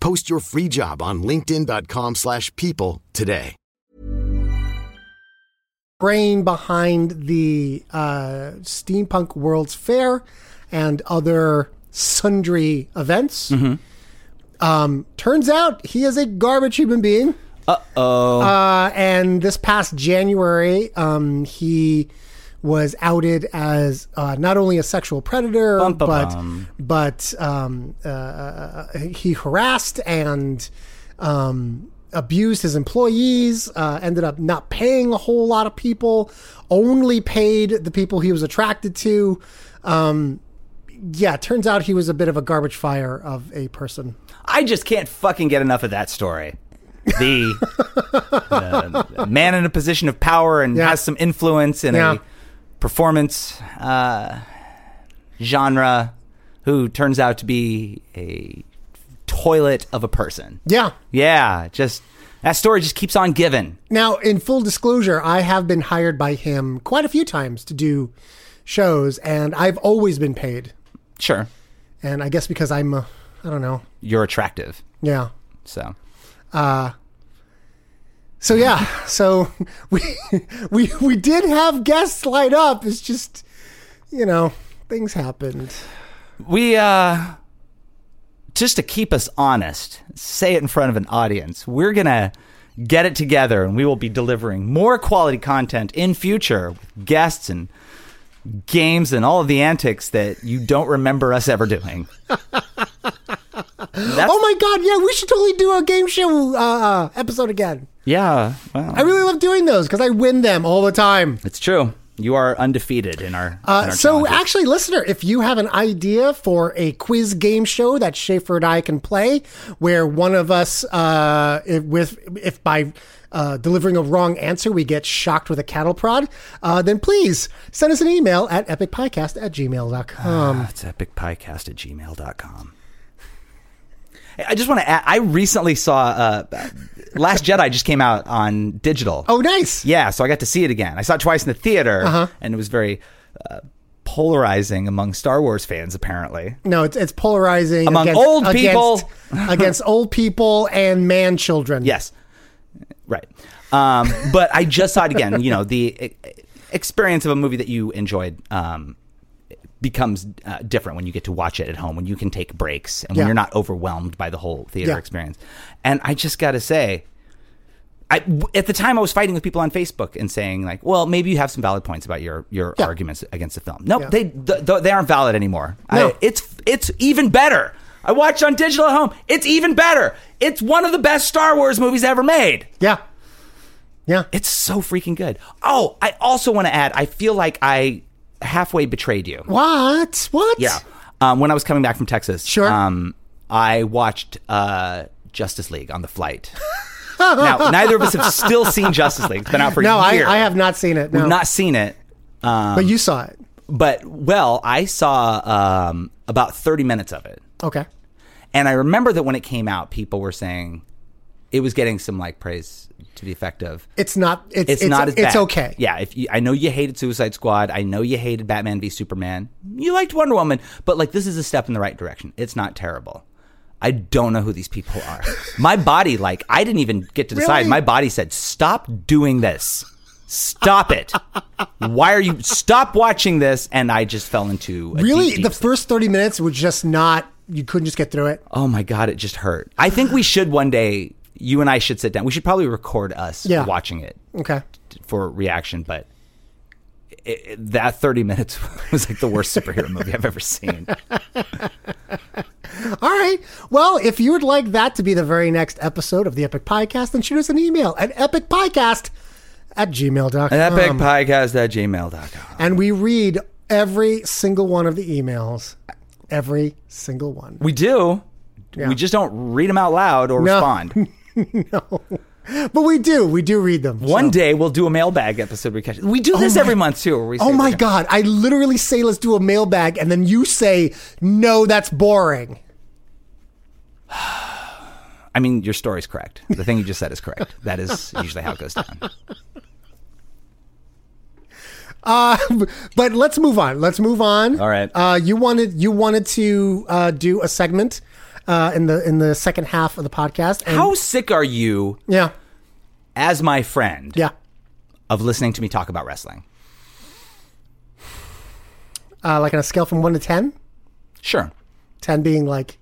S9: Post your free job on linkedin.com/people slash people today.
S6: brain behind the uh, steampunk world's fair and other sundry events
S7: Mm-hmm.
S6: um, turns out he is a garbage human being
S7: Uh-oh.
S6: uh, and this past january um, he was outed as uh, not only a sexual predator but
S7: bum.
S6: but um, uh, he harassed and um, abused his employees. Uh, ended up not paying a whole lot of people. Only paid the people he was attracted to. Um, yeah, turns out he was a bit of a garbage fire of a person.
S7: I just can't fucking get enough of that story. The the man in a position of power and has some influence in
S6: Yeah.
S7: a performance uh, genre who turns out to be a toilet of a person.
S6: Yeah.
S7: Yeah, just that story just keeps on giving.
S6: Now, in full disclosure, I have been hired by him quite a few times to do shows, and I've always been paid.
S7: Sure.
S6: And I guess because I'm, uh, I don't know,
S7: You're attractive.
S6: yeah.
S7: So,
S6: Uh, so yeah, so we we we did have guests light up. It's just you know things happened.
S7: we uh just to keep us honest, say it in front of an audience. We're going to get it together and we will be delivering more quality content in future with guests and games and all of the antics that you don't remember us ever doing.
S6: oh my god, yeah, we should totally do a game show uh, episode again.
S7: Yeah, well,
S6: I really love doing those because I win them all the time.
S7: it's true. You are undefeated in our, in
S6: Uh,
S7: our
S6: so
S7: challenges.
S6: actually, listener, if you have an idea for a quiz game show that Schaefer and I can play, where one of us, uh, if, with if by uh, delivering a wrong answer we get shocked with a cattle prod, uh, then please send us an email at epicpodcast at gmail.com.
S7: It's epicpiecast at gmail.com. I just want to add, I recently saw uh, Last Jedi just came out on digital.
S6: Oh, nice.
S7: Yeah, so I got to see it again. I saw it twice in the theater,
S6: Uh-huh.
S7: and it was very uh, polarizing among Star Wars fans, apparently.
S6: No, it's, it's polarizing
S7: Among
S6: against-
S7: old people.
S6: against, against old people and man children.
S7: Yes, right. Um, but I just saw it again. You know, the e- experience of a movie that you enjoyed um, becomes uh, different when you get to watch it at home, when you can take breaks and when
S10: Yeah.
S7: you're not overwhelmed by the whole theater
S10: Yeah.
S7: experience. And I just got to say, I, w- at the time, I was fighting with people on Facebook and saying like, "Well, maybe you have some valid points about your your arguments against the film." No,
S10: Yeah.
S7: they th- th- they aren't valid anymore.
S10: No.
S7: I, it's it's even better. I watched on digital at home. It's even better. It's one of the best Star Wars movies ever made.
S6: Yeah, yeah,
S7: it's so freaking good. Oh, I also want to add. I feel like I halfway betrayed you.
S6: What? What?
S7: Yeah. Um, when I was coming back from Texas,
S6: Sure.
S7: Um, I watched uh, Justice League on the flight. now, neither of us have still seen Justice League. It's been out for
S6: no,
S7: a year.
S6: I, I have not seen it. No.
S7: We've not seen it. Um,
S6: But you saw it.
S7: But well, I saw um, about thirty minutes of it,
S6: Okay.
S7: and I remember that when it came out, people were saying it was getting some like praise to the effect of
S6: It's not. It's,
S7: it's, not as
S6: It's
S7: bad.
S6: okay.
S7: Yeah, if you, I know you hated Suicide Squad, I know you hated Batman v Superman, you liked Wonder Woman, but like this is a step in the right direction. It's not terrible. I don't know who these people are. My body, like, I didn't even get to decide.
S10: Really?
S7: My body said, "Stop doing this. Stop it. Why are you? Stop watching this." And I just fell into a
S6: really,
S7: deep, deep
S6: the first thirty minutes were just not. You couldn't just get through it.
S7: Oh my god, it just hurt. I think we should one day. You and I should sit down. We should probably record us
S6: Yeah.
S7: watching it
S6: Okay.
S7: t- for reaction, but it, it- that thirty minutes was like the worst superhero movie I've ever
S6: Um,
S7: seen.
S6: All right. Well, if you would like that to be the very next episode of the Epic Podcast, then shoot us an email at epicpodcast at gmail.com.
S7: podcast at gmail.com.
S6: And we read every single one of the emails. Every single one.
S7: We do.
S6: Yeah.
S7: We just don't read them out loud or
S6: No.
S7: respond.
S6: But we do. We do read them.
S7: One day we'll do a mailbag episode. We catch. We do
S6: Oh
S7: this
S6: my-
S7: every month too. Where we
S6: Oh
S7: say-
S6: my God. I literally say, let's do a mailbag. And then you say, no, that's boring.
S7: I mean, your story's correct. The thing you just said is correct. That is usually how it goes down.
S6: Uh, but let's move on. Let's move on. All
S7: right.
S6: Uh, you wanted you wanted to uh, do a segment uh, in the in the second half of the podcast. and-
S7: How sick are you?
S6: Yeah.
S7: As my friend.
S6: Yeah.
S7: Of listening to me talk about wrestling.
S6: Uh, like on a scale from one to ten.
S7: Sure.
S6: Ten being like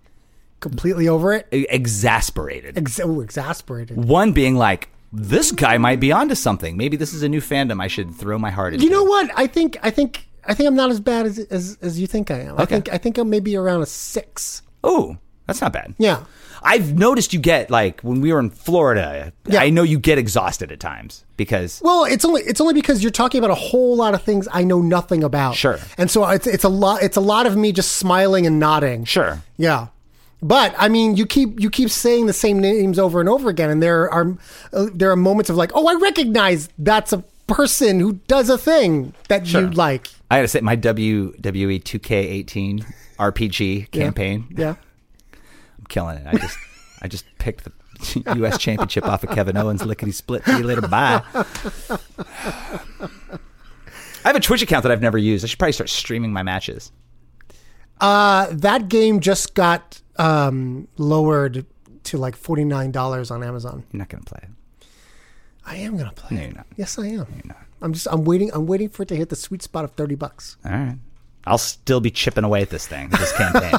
S6: completely over it,
S7: E- Exasperated.
S6: Ex- ooh, exasperated.
S7: One being like, this guy might be onto something. Maybe this is a new fandom I should throw my heart into.
S6: You know what? I think I think I think I'm not as bad as as, as you think I am. I
S7: Okay.
S6: think I think I'm maybe around a six.
S7: Oh, that's not bad.
S6: Yeah.
S7: I've noticed you get like when we were in Florida, I know you get exhausted at times because
S6: Well, it's only it's only because you're talking about a whole lot of things I know nothing about. Sure. And so it's it's a lot it's a lot of me just smiling and nodding.
S7: Sure.
S6: Yeah. But I mean, you keep you keep saying the same names over and over again, and there are uh, there are moments of like, oh, I recognize that's a person who does a thing that you like.
S7: I gotta say my E WWE 2K18 RPG
S6: Yeah.
S7: campaign.
S6: Yeah.
S7: I'm killing it. I just I just picked the U.S. Championship off of Kevin Owens lickety split. See you later. Bye. I have a Twitch account that I've never used. I should probably start streaming my matches.
S6: Uh, that game just got um, lowered to like forty nine dollars on Amazon.
S7: You're not gonna play it.
S6: I am gonna play.
S7: No, you're not.
S6: Yes, I am. I'm just I'm waiting I'm waiting for it to hit the sweet spot of thirty bucks.
S7: All right. I'll still be chipping away at this thing, this campaign.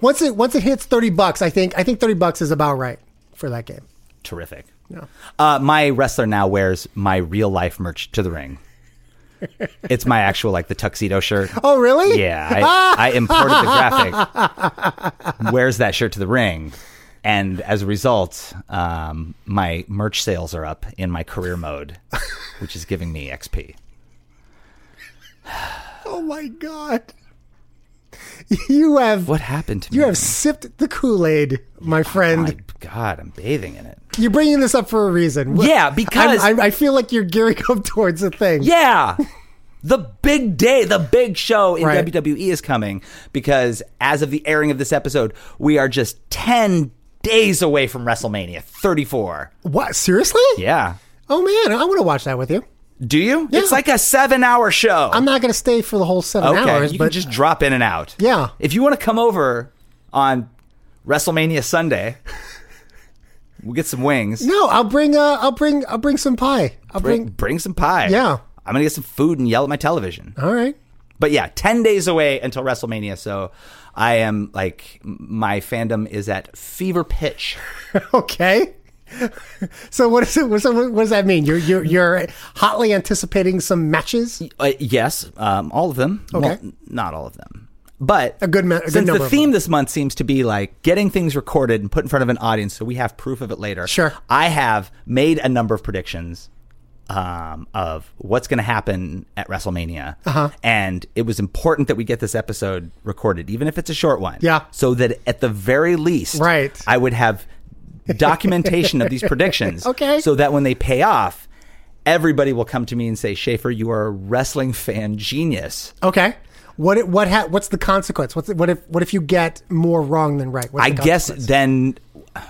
S6: Once it once it hits thirty bucks, I think I think thirty bucks is about right for that game.
S7: Terrific.
S6: No.
S7: Uh, my wrestler now wears my real life merch to the ring. It's my actual like the tuxedo shirt.
S6: Oh really?
S7: Yeah, I, I imported the graphic. Wears that shirt to the ring, and as a result, um, my merch sales are up in my career mode, which is giving me XP.
S6: Oh my god. You have
S7: what happened to
S6: you me? You have sipped the Kool Aid, my friend.
S7: God, I'm bathing in it.
S6: You're bringing this up for a reason. Wh-
S7: Yeah, because-
S6: I'm- I, I feel like you're gearing up towards a thing.
S7: Yeah. The big day, the big show in
S6: Right.
S7: WWE is coming because as of the airing of this episode, we are just 10 days away from WrestleMania 34.
S6: What? Seriously?
S7: Yeah.
S6: Oh man, I want to watch that with you.
S7: Do you? It's like a seven hour show.
S6: I'm not going to stay for the whole seven
S7: okay,
S6: hours,
S7: you
S6: but
S7: can just drop in and out.
S6: Yeah.
S7: If you want to come over on WrestleMania Sunday, we'll get some wings.
S6: no, I'll bring uh, I'll bring I'll bring some pie. I'll
S7: Bring,
S6: bring,
S7: bring some pie.
S6: Yeah.
S7: I'm going to get some food and yell at my television.
S6: All right.
S7: But yeah, 10 days away until WrestleMania. So I am like, my fandom is at fever pitch.
S6: okay. So what is it? what- So what does that mean? You're you're you're hotly anticipating some matches.
S7: Uh, yes, um, all of them.
S6: Okay.
S7: Well, not all of them. But
S6: a good, ma- a good
S7: since
S6: number
S7: the
S6: of
S7: theme this month seems to be like getting things recorded and put in front of an audience, so we have proof of it later. Sure. I have made a number of predictions um, of what's going to happen at WrestleMania,
S6: Uh-huh.
S7: and it was important that we get this episode recorded, even if it's a short one.
S6: Yeah.
S7: So that at the very least, right, I would have documentation of these predictions.
S6: Okay.
S7: So that when they pay off, everybody will come to me and say, Schaefer, you are a wrestling fan genius.
S6: Okay. What it- what ha- what's the consequence? What's what if what if you get more wrong than right? What's
S7: I
S6: the
S7: guess then I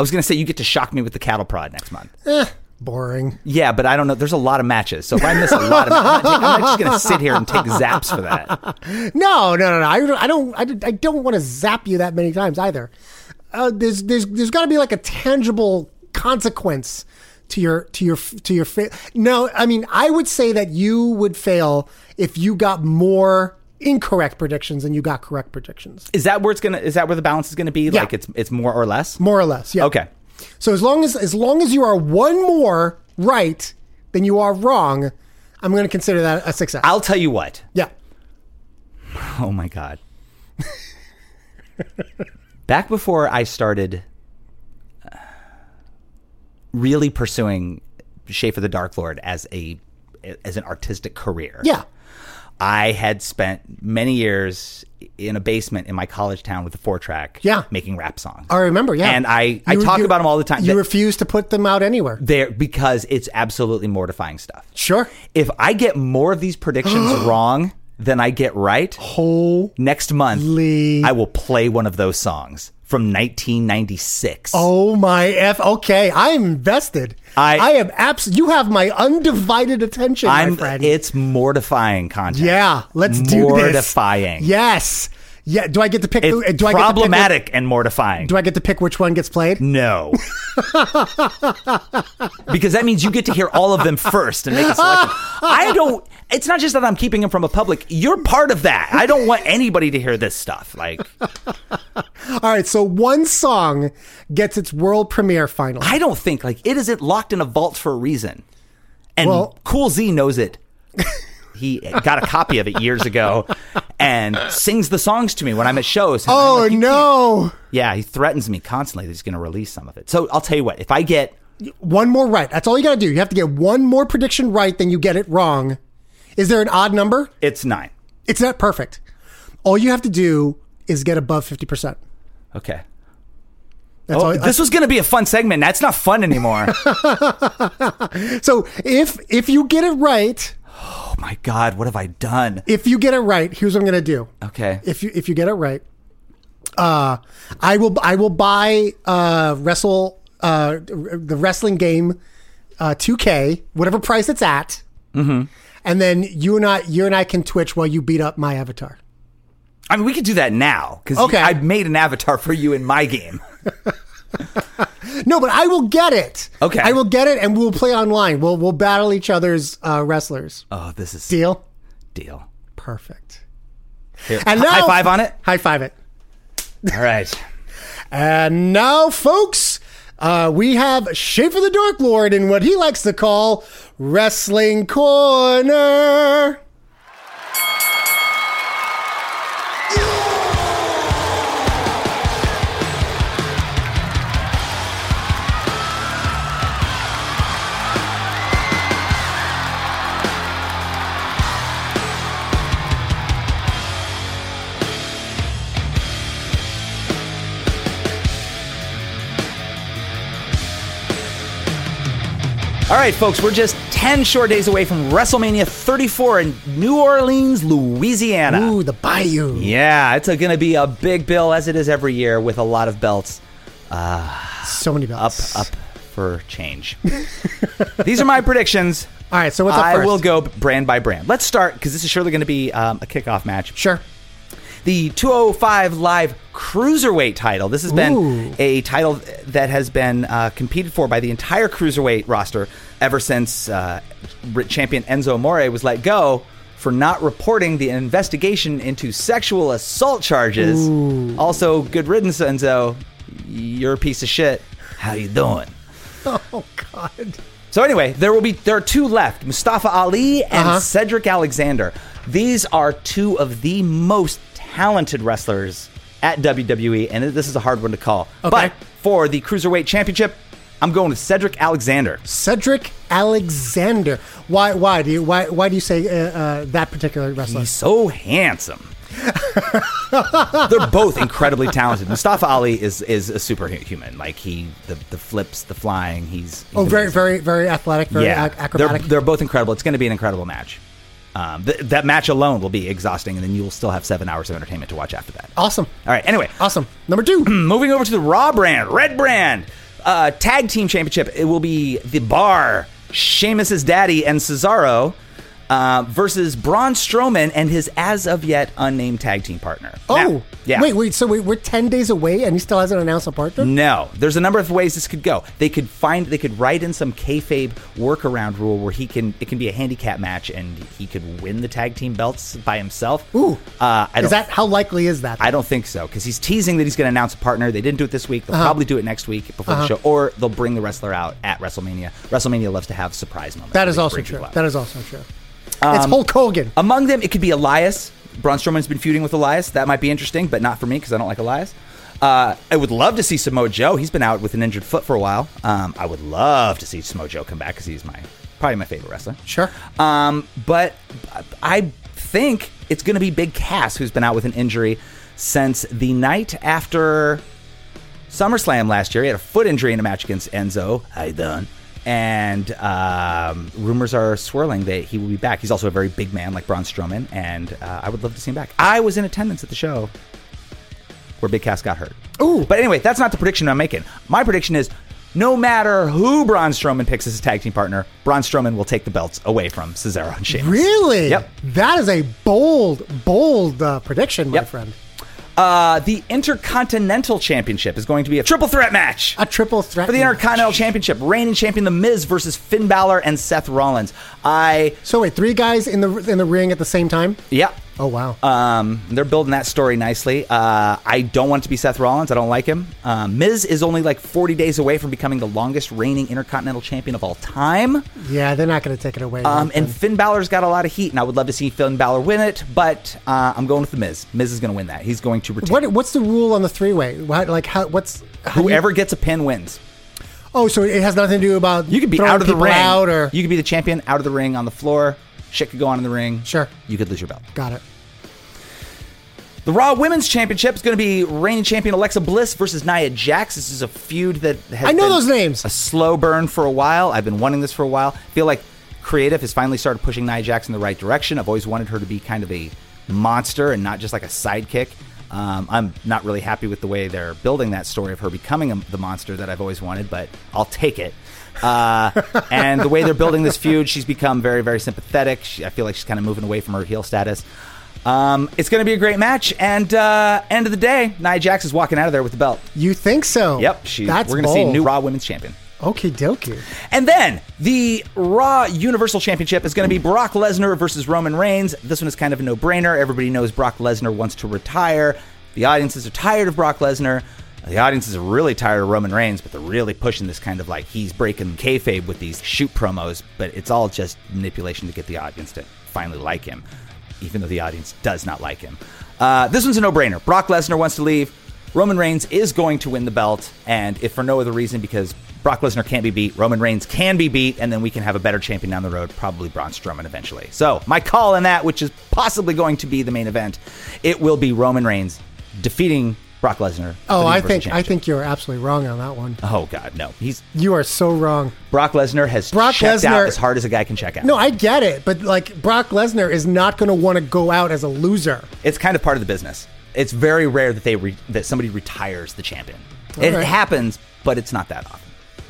S7: was going to say you get to shock me with the cattle prod next month.
S6: consequence? Eh, boring.
S7: Yeah, but I don't know. There's a lot of matches. So if I miss a lot of I'm not, I'm not just going to sit here and take zaps for that.
S6: No, no, no, no. I, don't- I don't. I, don't- I don't want to zap you that many times either. Uh, there's there's there's got to be like a tangible consequence to your to your to your fa- No, I mean I would say that you would fail if you got more incorrect predictions than you got correct predictions.
S7: Is that where it's going to is that where the balance is going to be? Like it's it's more or less?
S6: More or less, yeah.
S7: Okay.
S6: So as long as as long as you are one more right than you are wrong, I'm going to consider that a success.
S7: I'll tell you what.
S6: Yeah.
S7: Oh my god. Back before I started uh, really pursuing Schaefer the Dark Lord as a as an artistic career.
S6: Yeah.
S7: I had spent many years in a basement in my college town with a four track
S6: Yeah.
S7: making rap songs.
S6: I remember, yeah.
S7: And I, I
S6: You-
S7: talk
S6: you-
S7: about them all the time.
S6: You
S7: That-
S6: refuse to put them out anywhere.
S7: there because it's absolutely mortifying stuff.
S6: Sure.
S7: If I get more of these predictions wrong than I get right, next month I will play one of those songs from 1996.
S6: Oh my f! Okay, I am invested. I, I am abs. You have my undivided attention, my
S7: I'm.
S6: friend.
S7: It's mortifying content.
S6: yeah, let's do this.
S7: mortifying.
S6: Yes. Yeah. Do I get to pick?
S7: It's
S6: do I get
S7: problematic
S6: To pick
S7: and mortifying.
S6: which, do I get to pick which one gets played?
S7: No, because that means you get to hear all of them first and make a selection. I don't. It's not just that I'm keeping them from a public. You're part of that. I don't want anybody to hear this stuff. Like
S6: All right. So one song gets its world premiere final.
S7: I don't think like it isn't locked in a vault for a reason. And
S6: Well-
S7: Cool Z knows it. He got a copy of it years ago and sings the songs to me when I'm at shows.
S6: Oh no!
S7: Yeah, he threatens me constantly that he's going to release some of it. So I'll tell you what, if I get
S6: One more right. That's all you got to do. You have to get one more prediction right than you get it wrong. Is there an odd number?
S7: It's nine.
S6: It's not perfect. All you have to do is get above fifty percent.
S7: Okay.
S6: That's
S7: Oh,
S6: all-
S7: this was going to be a fun segment. That's not fun anymore. Oh
S6: So if if you get it right,
S7: oh my God, what have I done?
S6: if you get it right, here's what I'm gonna do.
S7: Okay.
S6: If you if you get it right, uh, I will I will buy uh wrestle uh the wrestling game, uh 2K whatever price it's at,
S7: Mm-hmm.
S6: and then you and I you and I can Twitch while you beat up my avatar.
S7: I mean, we could do that now because
S6: Okay.
S7: I made an avatar for you in my game.
S6: No, but I will get it.
S7: Okay.
S6: I will get it, and we'll play online. We'll we'll battle each other's uh, wrestlers.
S7: Oh, this is
S6: deal.
S7: Deal.
S6: Perfect.
S7: Here,
S6: And now,
S7: high five on it.
S6: High five it.
S7: All right.
S6: And now, folks, uh, we have Schaefer the Dark Lord in what he likes to call Wrestling Corner.
S7: All right, folks, we're just 10 short days away from WrestleMania 34 in New Orleans, Louisiana.
S6: Ooh, the Bayou.
S7: Yeah, it's going to be a big bill, as it is every year, with a lot of belts. Uh,
S6: so many belts.
S7: Up, up for change. These are my predictions.
S6: All right, so what's up
S7: I
S6: first?
S7: will go brand by brand. Let's start, because this is surely going to be um, a kickoff match.
S6: Sure.
S7: The 205 Live Cruiserweight title. This has been
S10: Ooh.
S7: a title that has been uh, competed for by the entire Cruiserweight roster ever since uh, champion Enzo Amore was let go for not reporting the investigation into sexual assault charges. Also, good riddance, Enzo. You're a piece of shit. How you doing?
S6: Oh, God.
S7: So anyway, there will be there are two left: Mustafa Ali and
S6: Uh-huh.
S7: Cedric Alexander. These are two of the most talented wrestlers at WWE, and this is a hard one to call. But for the cruiserweight championship, I'm going with Cedric Alexander.
S6: Cedric Alexander. Why? Why do you? Why? Why do you say uh, uh, that particular wrestler?
S7: He's so handsome. They're both incredibly talented. Mustafa Ali is is a superhuman. Like he, the, the flips, the flying. He's, he's
S6: oh, very, very, very athletic, very ac-
S7: They're-
S6: acrobatic.
S7: They're, both incredible. It's going to be an incredible match. Um, th- that match alone will be exhausting, and then you will still have seven hours of entertainment to watch after that.
S6: Awesome.
S7: All right. Anyway,
S6: awesome. Number two,
S7: moving over to the Raw brand, Red brand, uh, tag team championship. It will be the Bar, Sheamus's daddy, and Cesaro uh, versus Braun Strowman and his as of yet unnamed tag team partner.
S6: Oh,
S7: yeah.
S6: Wait, wait. So wait, we're ten days away, and he still hasn't announced a partner.
S7: No, there's a number of ways this could go. They could find, they could write in some kayfabe workaround rule where he can, it can be a handicap match and he could win the tag team belts by himself. Ooh, uh, I
S6: Is
S7: don't,
S6: that how likely is that?
S7: I don't think so because he's teasing that he's going to announce a partner. They didn't do it this week. They'll
S6: Uh-huh.
S7: probably do it next week before
S6: Uh-huh.
S7: the show, or they'll bring the wrestler out at WrestleMania. WrestleMania loves to have surprise moments.
S6: That
S7: where
S6: is
S7: they
S6: also
S7: bring
S6: true.
S7: people out.
S6: That is also true.
S7: Um,
S6: it's Hulk Hogan.
S7: Among them, it could be Elias. Braun Strowman's been feuding with Elias. That might be interesting, but not for me because I don't like Elias. Uh, I would love to see Samoa Joe. He's been out with an injured foot for a while. Um, I would love to see Samoa Joe come back because he's my probably my favorite wrestler.
S6: Sure.
S7: Um, but I think it's going to be Big Cass who's been out with an injury since the night after SummerSlam last year. He had a foot injury in a match against Enzo. How you done? And um, rumors are swirling that he will be back. He's also a very big man like Braun Strowman, and uh, I would love to see him back. I was in attendance at the show where Big Cass got hurt. Ooh. But anyway, that's not the prediction I'm making. My prediction is no matter who Braun Strowman picks as his tag team partner, Braun Strowman will take the belts away from Cesaro and Sheamus.
S6: Really?
S7: Yep.
S6: That is a bold, bold uh, prediction, my friend.
S7: Uh, the Intercontinental Championship is going to be a triple threat match.
S6: A triple threat
S7: for the Intercontinental Championship. Reigning champion The Miz versus Finn Balor and Seth Rollins. I
S6: So wait, three guys in the in the ring at the same time.
S7: yeah.
S6: Oh wow.
S7: Um, they're building that story nicely. Uh, I don't want it to be Seth Rollins. I don't like him. Um, Miz is only like 40 days away from becoming the longest reigning Intercontinental Champion of all time.
S6: Yeah, they're not going to take it away.
S7: Um,
S6: right?
S7: and Finn Balor's got a lot of heat, and I would love to see Finn Balor win it, but uh, I'm going with The Miz. Miz is going to win that. He's going to retain.
S6: what what's the rule on the three way? What, like how? What's how do you-
S7: Whoever gets a pin wins.
S6: oh, so it has nothing to do about you could
S7: Be out of the ring.
S6: out or
S7: you could be the champion out of the ring on the floor. Shit could go on in the ring. Sure. You could lose your belt.
S6: got it.
S7: The Raw Women's Championship is going to be reigning champion Alexa Bliss versus Nia Jax. This is a feud that has
S6: I know
S7: been
S6: those names.
S7: A slow burn for a while. I've been wanting this for a while. I feel like creative has finally started pushing Nia Jax in the right direction. I've always wanted her to be kind of a monster and not just like a sidekick. Um, I'm not really happy with the way they're building that story of her becoming a, the monster that I've always wanted, but I'll take it. Uh, and the way they're building this feud, she's become very, very sympathetic. She, I feel like she's kind of moving away from her heel status. Um, it's going to be a great match, and uh, end of the day, Nia Jax is walking out of there with the belt.
S6: You think so?
S7: Yep, she,
S6: Oh, That's
S7: we're going to see
S6: bold.
S7: new Raw Women's Champion.
S6: Okie dokie.
S7: And then the Raw Universal Championship is going to be Brock Lesnar versus Roman Reigns. This one is kind of a no brainer. Everybody knows Brock Lesnar wants to retire. The audiences are tired of Brock Lesnar. The audiences are really tired of Roman Reigns, but they're really pushing this kind of like he's breaking kayfabe with these shoot promos, but it's all just manipulation to get the audience to finally like him, even though the audience does not like him. Uh, this one's a no brainer. Brock Lesnar wants to leave. Roman Reigns is going to win the belt, and if for no other reason, because Brock Lesnar can't be beat, Roman Reigns can be beat, and then we can have a better champion down the road, probably Braun Strowman eventually. So, my call on that, which is possibly going to be the main event, it will be Roman Reigns defeating Brock Lesnar. for
S6: Oh,
S7: the Universal
S6: I think I
S7: Championship.
S6: think you're absolutely wrong on that one.
S7: Oh God, no! He's
S6: You are so wrong.
S7: Brock Lesnar has
S6: Brock
S7: checked
S6: Lesnar-
S7: out as hard as a guy can check out.
S6: No, I get it, but like Brock Lesnar is not going to want to go out as a loser.
S7: It's kind of part of the business. It's very rare that they re- that somebody retires the champion. it
S6: Alright.
S7: happens, but it's not that often.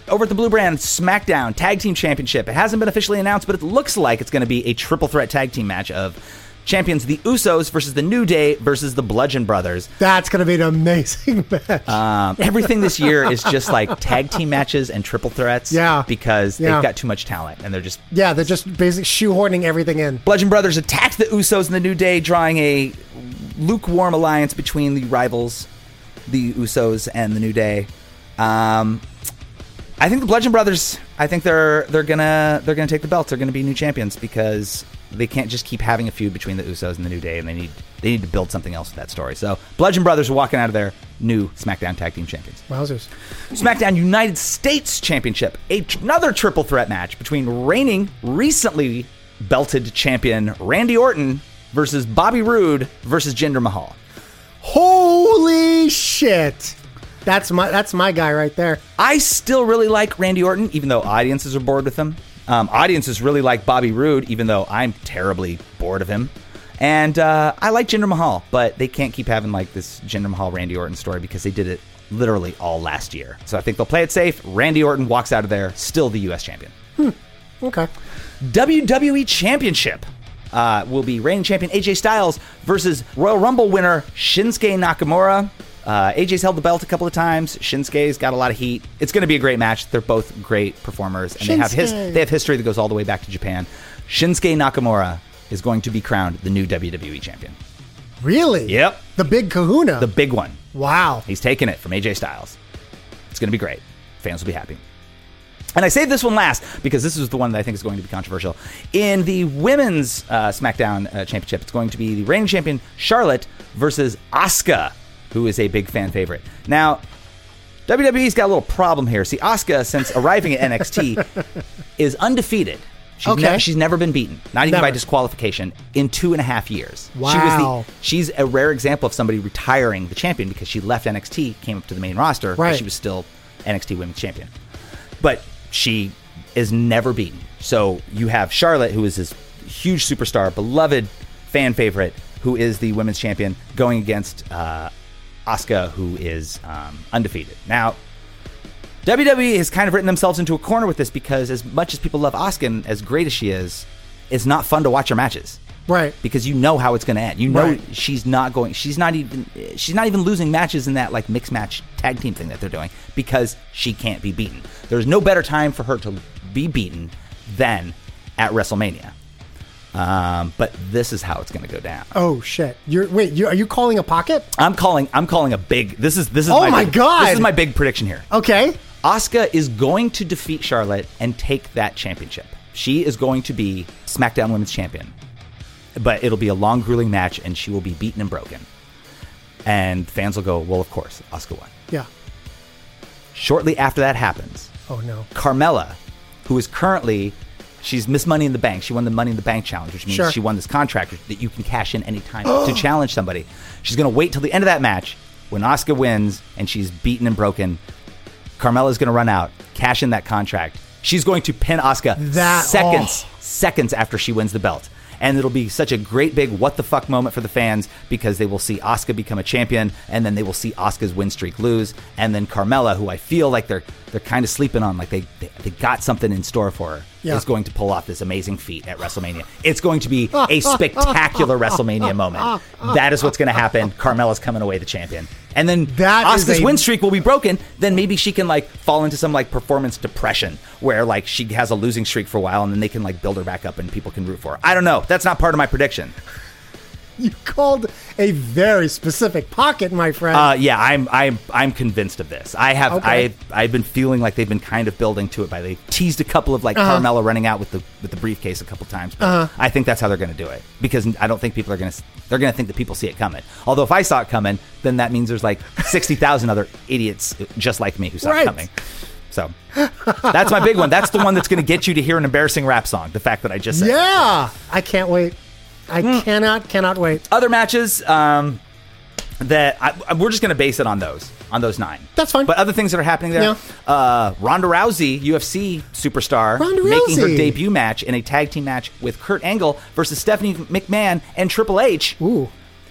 S7: Over at the Blue Brand SmackDown Tag Team Championship, it hasn't been officially announced, but it looks like it's going to be a triple threat tag team match of champions the Usos versus the New Day versus the Bludgeon Brothers.
S6: That's going to be an amazing match.
S7: Um, everything this year is just like tag team matches and triple threats.
S6: Yeah.
S7: Because
S6: Yeah.
S7: they've got too much talent and they're just.
S6: Yeah, they're just basically shoehorning everything in.
S7: Bludgeon Brothers attacked the Usos in the New Day, drawing a lukewarm alliance between the rivals, the Usos and the New Day. Um, I think the Bludgeon Brothers. I think they're they're gonna they're gonna take the belts. They're gonna be new champions because they can't just keep having a feud between the Usos and the New Day, and they need they need to build something else with that story. So Bludgeon Brothers are walking out of there new SmackDown Tag Team Champions.
S6: Wowzers.
S7: SmackDown United States Championship, a- another triple threat match between reigning, recently belted champion Randy Orton versus Bobby Roode versus Jinder Mahal.
S6: Holy shit. That's my that's my guy right there.
S7: I still really like Randy Orton, even though audiences are bored with him. Um, audiences really like Bobby Roode, even though I'm terribly bored of him. And uh, I like Jinder Mahal, but they can't keep having like this Jinder Mahal Randy Orton story because they did it literally all last year. So I think they'll play it safe. Randy Orton walks out of there still the U.S. champion.
S6: Okay.
S7: WWE E Championship uh, will be reigning champion AJ Styles versus Royal Rumble winner Shinsuke Nakamura. Uh, AJ's held the belt a couple of times. Shinsuke's got a lot of heat. It's going to be a great match. They're both great performers, and they have his
S6: Shinsuke.
S7: they have history that goes all the way back to Japan. Shinsuke Nakamura is going to be crowned the new WWE champion.
S6: Really?
S7: Yep,
S6: The big kahuna.
S7: the big one.
S6: wow.
S7: He's taking it from AJ Styles. It's going to be great. Fans will be happy. And I saved this one last because this is the one that I think is going to be controversial. In the women's uh, SmackDown uh, Championship, it's going to be the reigning champion Charlotte versus Asuka, who is a big fan favorite. Now, WWE's got a little problem here. See, Asuka, since arriving at NXT, is undefeated. She's,
S6: Okay.
S7: nev- she's never been beaten, not even by
S6: Never.
S7: disqualification, in two and a half years. She
S6: Wow.
S7: was the, she's a rare example of somebody retiring the champion because she left NXT, came up to the main roster, but
S6: Right.
S7: she was still NXT Women's Champion. But she is never beaten. So you have Charlotte, who is this huge superstar, beloved fan favorite, who is the Women's Champion, going against uh, Asuka, who is um, undefeated. Now, WWE has kind of written themselves into a corner with this because as much as people love Asuka and as great as she is, it's not fun to watch her matches
S6: Right.
S7: because you know how it's going to end. You know
S6: Right.
S7: she's not going. She's not even. She's not even losing matches in that like mixed match tag team thing that they're doing because she can't be beaten. There's no better time for her to be beaten than at WrestleMania. Um, but this is how it's going to go down.
S6: Oh shit. You're wait, you are you calling a pocket?
S7: I'm calling. I'm calling a big. This is this is.
S6: Oh my
S7: big-
S6: God.
S7: This is my big prediction here.
S6: Okay.
S7: Asuka is going to defeat Charlotte and take that championship. She is going to be SmackDown Women's Champion. But it'll be a long, grueling match, and she will be beaten and broken. And fans will go, well, of course, Asuka won.
S6: Yeah.
S7: Shortly after that happens,
S6: Oh no.
S7: Carmella, who is currently, she's Miss Money in the Bank. She won the Money in the Bank challenge, which means
S6: Sure.
S7: she won this contract that you can cash in anytime to challenge somebody. She's going to wait till the end of that match when Oscar wins and she's beaten and broken. Carmella's going to run out, cash in that contract. She's going to pin Oscar
S6: That-
S7: seconds, seconds after she wins the belt. And it'll be such a great big what the fuck moment for the fans because they will see Asuka become a champion and then they will see Asuka's win streak lose and then Carmella, who I feel like they're they're kind of sleeping on, like they, they they got something in store for her,
S6: Yeah.
S7: is going to pull off this amazing feat at WrestleMania. It's going to be a spectacular WrestleMania moment. That is what's going to happen. Carmella's coming away the champion, and then
S6: That is
S7: Asuka's
S6: a-
S7: win streak will be broken, then maybe she can like fall into some like performance depression where like she has a losing streak for a while and then they can like build her back up and people can root for her. I don't know. That's not part of my prediction.
S6: You called a very specific pocket, my friend.
S7: Uh, yeah, I'm I'm I'm convinced of this. I have
S6: Okay.
S7: I I've been feeling like they've been kind of building to it by they teased a couple of like
S6: Uh-huh.
S7: Carmella running out with the with the briefcase a couple times. But
S6: Uh-huh.
S7: I think that's how they're going to do it because I don't think people are going to they're going to think that people see it coming. Although if I saw it coming, then that means there's like sixty thousand other idiots uh, just like me who saw
S6: Right.
S7: it coming. So that's my big one. That's the one that's going to get you to hear an embarrassing rap song. The fact that I just said. it.
S6: yeah. I can't wait. I
S7: Hmm.
S6: cannot cannot wait.
S7: Other matches um, that I, I- we're just going to base it on those on those nine.
S6: That's fine.
S7: But other things that are happening there, uh, Ronda Rousey, UFC superstar,
S6: Ronda
S7: making her
S6: Rousey.
S7: debut match in a tag team match with Kurt Angle versus Stephanie McMahon and Triple H.
S6: Ooh.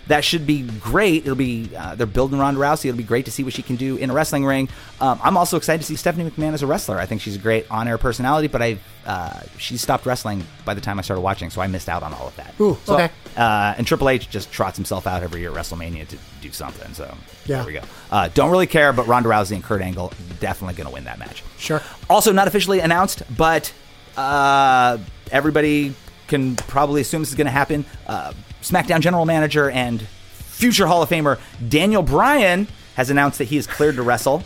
S7: that should be great. It'll be uh, they're building Ronda Rousey. It'll be great to see what she can do in a wrestling ring. Um, I'm also excited to see Stephanie McMahon as a wrestler. I think she's a great on-air personality, but I uh, she stopped wrestling by the time I started watching, so I missed out on all of that.
S6: Ooh,
S7: So,
S6: okay.
S7: Uh, and Triple H just trots himself out every year at WrestleMania to do something. So
S6: Yeah.
S7: there we go. Uh, don't really care, but Ronda Rousey and Kurt Angle definitely going to win that match.
S6: Sure.
S7: Also, not officially announced, but uh, everybody can probably assume this is going to happen. Uh, SmackDown general manager and future Hall of Famer Daniel Bryan has announced that he is cleared to wrestle.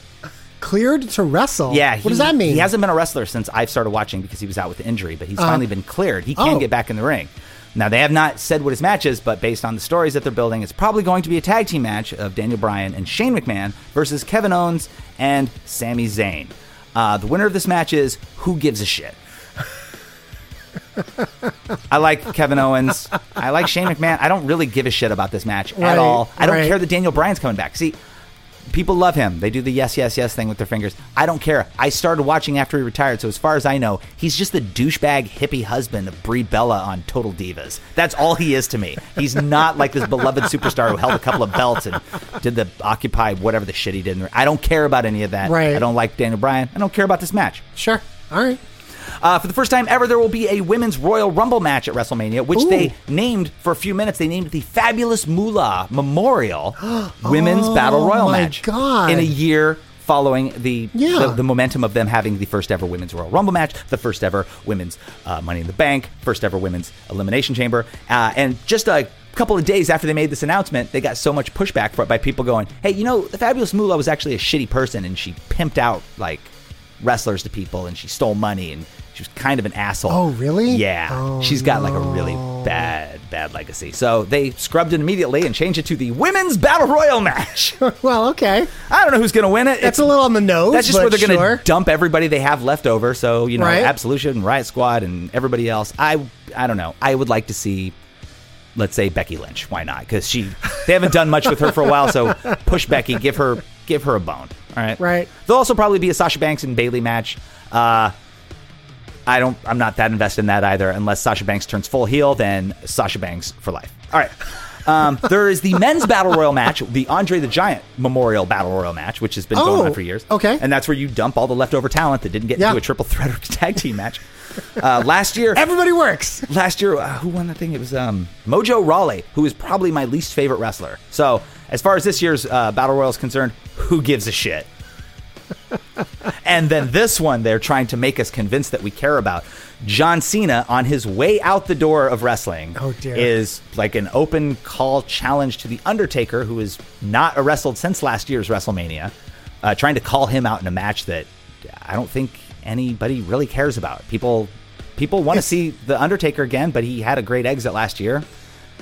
S6: Cleared to wrestle.
S7: Yeah.
S6: Oh. what does that mean?
S7: He hasn't been a wrestler since I've started watching because he was out with injury, but he's
S6: Uh,
S7: finally been cleared. He can
S6: oh.
S7: get back in the ring. Now, they have not said what his match is, but based on the stories that they're building, it's probably going to be a tag team match of Daniel Bryan and Shane McMahon versus Kevin Owens and Sami Zayn. Uh, the winner of this match is Who Gives a Shit? I like Kevin Owens. I like Shane McMahon. I don't really give a shit about this match
S4: Right,
S7: at all. I don't
S4: right.
S7: care that Daniel Bryan's coming back. See, people love him. They do the yes, yes, yes thing with their fingers. I don't care. I started watching after he retired, so as far as I know, he's just the douchebag hippie husband of Brie Bella on Total Divas. That's all he is to me. He's not like this beloved superstar who held a couple of belts and did the Occupy whatever the shit he did. in there. I don't care about any of that.
S6: Right.
S7: I don't like Daniel Bryan. I don't care about this match.
S6: Sure. All right.
S7: Uh, for the first time ever, there will be a women's Royal Rumble match at WrestleMania, which
S6: Ooh.
S7: they named for a few minutes. They named the Fabulous Moolah Memorial Women's Battle Royal
S6: Oh my
S7: match
S6: God.
S7: in a year following the,
S6: Yeah.
S7: the the momentum of them having the first ever women's Royal Rumble match, the first ever women's uh, Money in the Bank, first ever women's Elimination Chamber, uh, and just a couple of days after they made this announcement, they got so much pushback for it by people going, "Hey, you know, the Fabulous Moolah was actually a shitty person, and she pimped out like wrestlers to people, and she stole money, and she was kind of an asshole."
S6: Oh, really?
S7: Yeah,
S6: Oh,
S7: she's got like a really bad, bad legacy. So they scrubbed it immediately and changed it to the women's Battle Royal match.
S6: well, okay.
S7: I don't know who's going to win it.
S6: That's a little on the nose.
S7: That's just
S6: but
S7: where they're
S6: sure.
S7: going to dump everybody they have left over. So you know,
S6: Right.
S7: Absolution and Riot Squad and everybody else. I I don't know. I would like to see, let's say Becky Lynch. Why not? Because she they haven't done much with her for a while. So push Becky. Give her give her a bone. All right.
S6: Right.
S7: There'll also probably be a Sasha Banks and Bailey match. Uh, I don't. I'm not that invested in that either. Unless Sasha Banks turns full heel, then Sasha Banks for life. All right. Um, there is the men's battle royal match, the Andre the Giant Memorial Battle Royal match, which has been going on
S6: Oh,
S7: for years.
S6: okay.
S7: And that's where you dump all the leftover talent that didn't get into a triple threat or tag team match. Uh, last year,
S6: everybody works.
S7: Last year, uh, who won that thing? It was um, Mojo Rawley, who is probably my least favorite wrestler. So, as far as this year's uh, battle royal is concerned, who gives a shit? and then this one they're trying to make us convinced that we care about. John Cena on his way out the door of wrestling
S6: Oh, dear.
S7: is like an open call challenge to the Undertaker, who is not a wrestled since last year's WrestleMania, uh, trying to call him out in a match that I don't think anybody really cares about. People people want to see the Undertaker again, but he had a great exit last year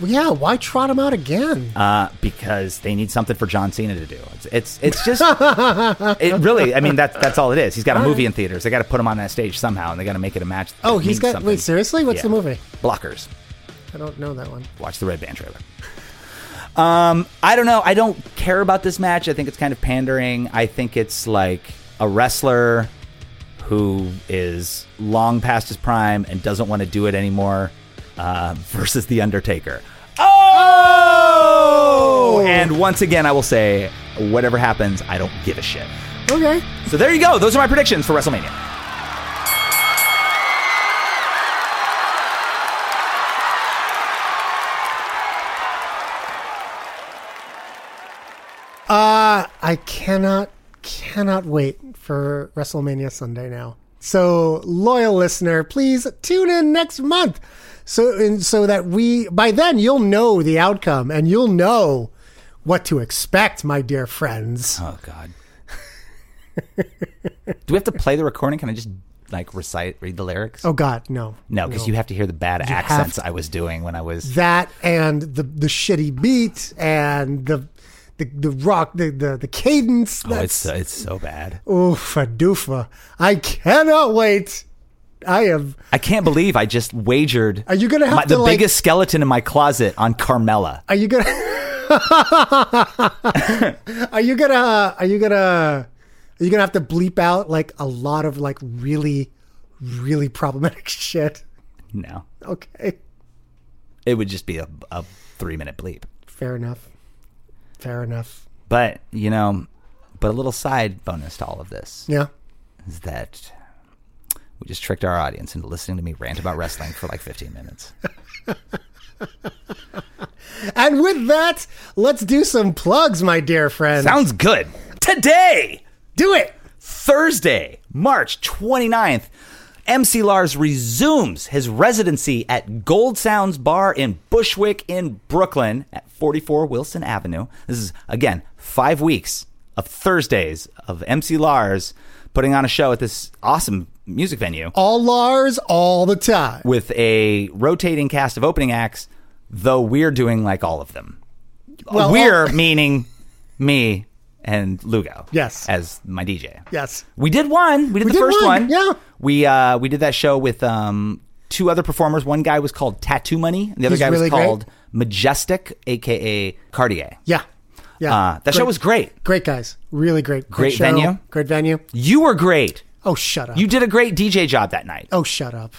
S6: Well, yeah. Why trot him out again?
S7: uh, because they need something for John Cena to do. It's it's, it's just it really. I mean that's that's all it is. He's got a
S6: All
S7: movie
S6: right.
S7: in theaters. They got to put him on that stage somehow, and they got to make it a match. that
S6: Oh, he's
S7: means
S6: got.
S7: something.
S6: Wait, seriously? What's
S7: Yeah.
S6: the movie?
S7: Blockers.
S6: I don't know that one.
S7: Watch the Red Band trailer. Um, I don't know. I don't care about this match. I think it's kind of pandering. I think it's like a wrestler who is long past his prime and doesn't want to do it anymore uh, versus The Undertaker. Oh! And once again, I will say, whatever happens, I don't give a shit.
S6: Okay.
S7: So there you go. Those are my predictions for WrestleMania.
S6: Uh, I cannot cannot wait for WrestleMania Sunday now. So loyal listener, please tune in next month. So and so that we by then you'll know the outcome and you'll know what to expect, my dear friends.
S7: Oh God. Do we have to play the recording? Can I just like recite, read the lyrics?
S6: Oh God, no.
S7: No, because you have to hear the bad
S6: You have
S7: accents I was doing when I was.
S6: that and the the shitty beat and the the, the rock the, the the cadence.
S7: oh, it's so, it's so bad.
S6: Oofa doofa. I cannot wait. I am
S7: I can't believe I just wagered.
S6: Are you gonna have
S7: my,
S6: to,
S7: the
S6: like-
S7: biggest skeleton in my closet on Carmella?
S6: Are you gonna? are you gonna? Are you gonna? Are you gonna have to bleep out like a lot of like really, really problematic shit?
S7: No,
S6: Okay.
S7: It would just be a, a three minute bleep.
S6: Fair enough. Fair enough.
S7: But you know, but a little side bonus to all of this.
S6: Yeah.
S7: Is that we just tricked our audience into listening to me rant about wrestling for like 15 minutes.
S6: And with that, let's do some plugs, my dear friend.
S7: Sounds good. Today,
S6: do it.
S7: Thursday, March 29th, MC Lars resumes his residency at Gold Sounds Bar in Bushwick in Brooklyn at 44 Wilson Avenue. This is again 5 weeks of Thursdays of MC Lars putting on a show at this awesome music venue
S6: All Lars, all the time.
S7: with a rotating cast of opening acts, though we're doing like all of them.
S6: Well,
S7: we're meaning me and Lugo.
S6: Yes.
S7: As my DJ.
S6: Yes.
S7: We did one. We did
S6: We
S7: the
S6: did
S7: first
S6: one,
S7: one.
S6: yeah.
S7: We uh we did that show with um two other performers. One guy was called Tattoo Money, and the other
S6: He's
S7: guy
S6: really
S7: was
S6: great.
S7: called Majestic, aka Cartier.
S6: Yeah. Yeah.
S7: Uh, that show was great.
S6: Great guys. Really great.
S7: Great
S6: show.
S7: venue.
S6: Great venue.
S7: You were great.
S6: Oh, shut up.
S7: You did a great DJ job that night.
S6: oh, shut up.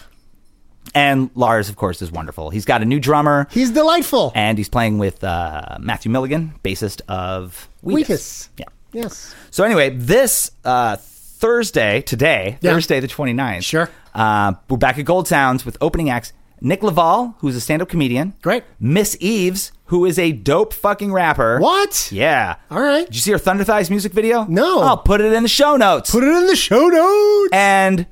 S7: And Lars, of course, is wonderful. He's got a new drummer.
S6: He's delightful.
S7: and he's playing with uh, Matthew Milligan, bassist of Weekus. Yeah.
S6: Yes.
S7: So anyway, this uh, Thursday, today, Thursday the 29th. Sure. Uh, we're back at Gold Sounds with opening acts Nick Laval, who's a stand-up comedian. Great. Miss Eves, who is a dope fucking rapper.
S6: What?
S7: Yeah.
S6: All right.
S7: Did you see her Thunder Thighs music video?
S6: No.
S7: I'll put it in the show notes.
S6: Put it in the show notes.
S7: And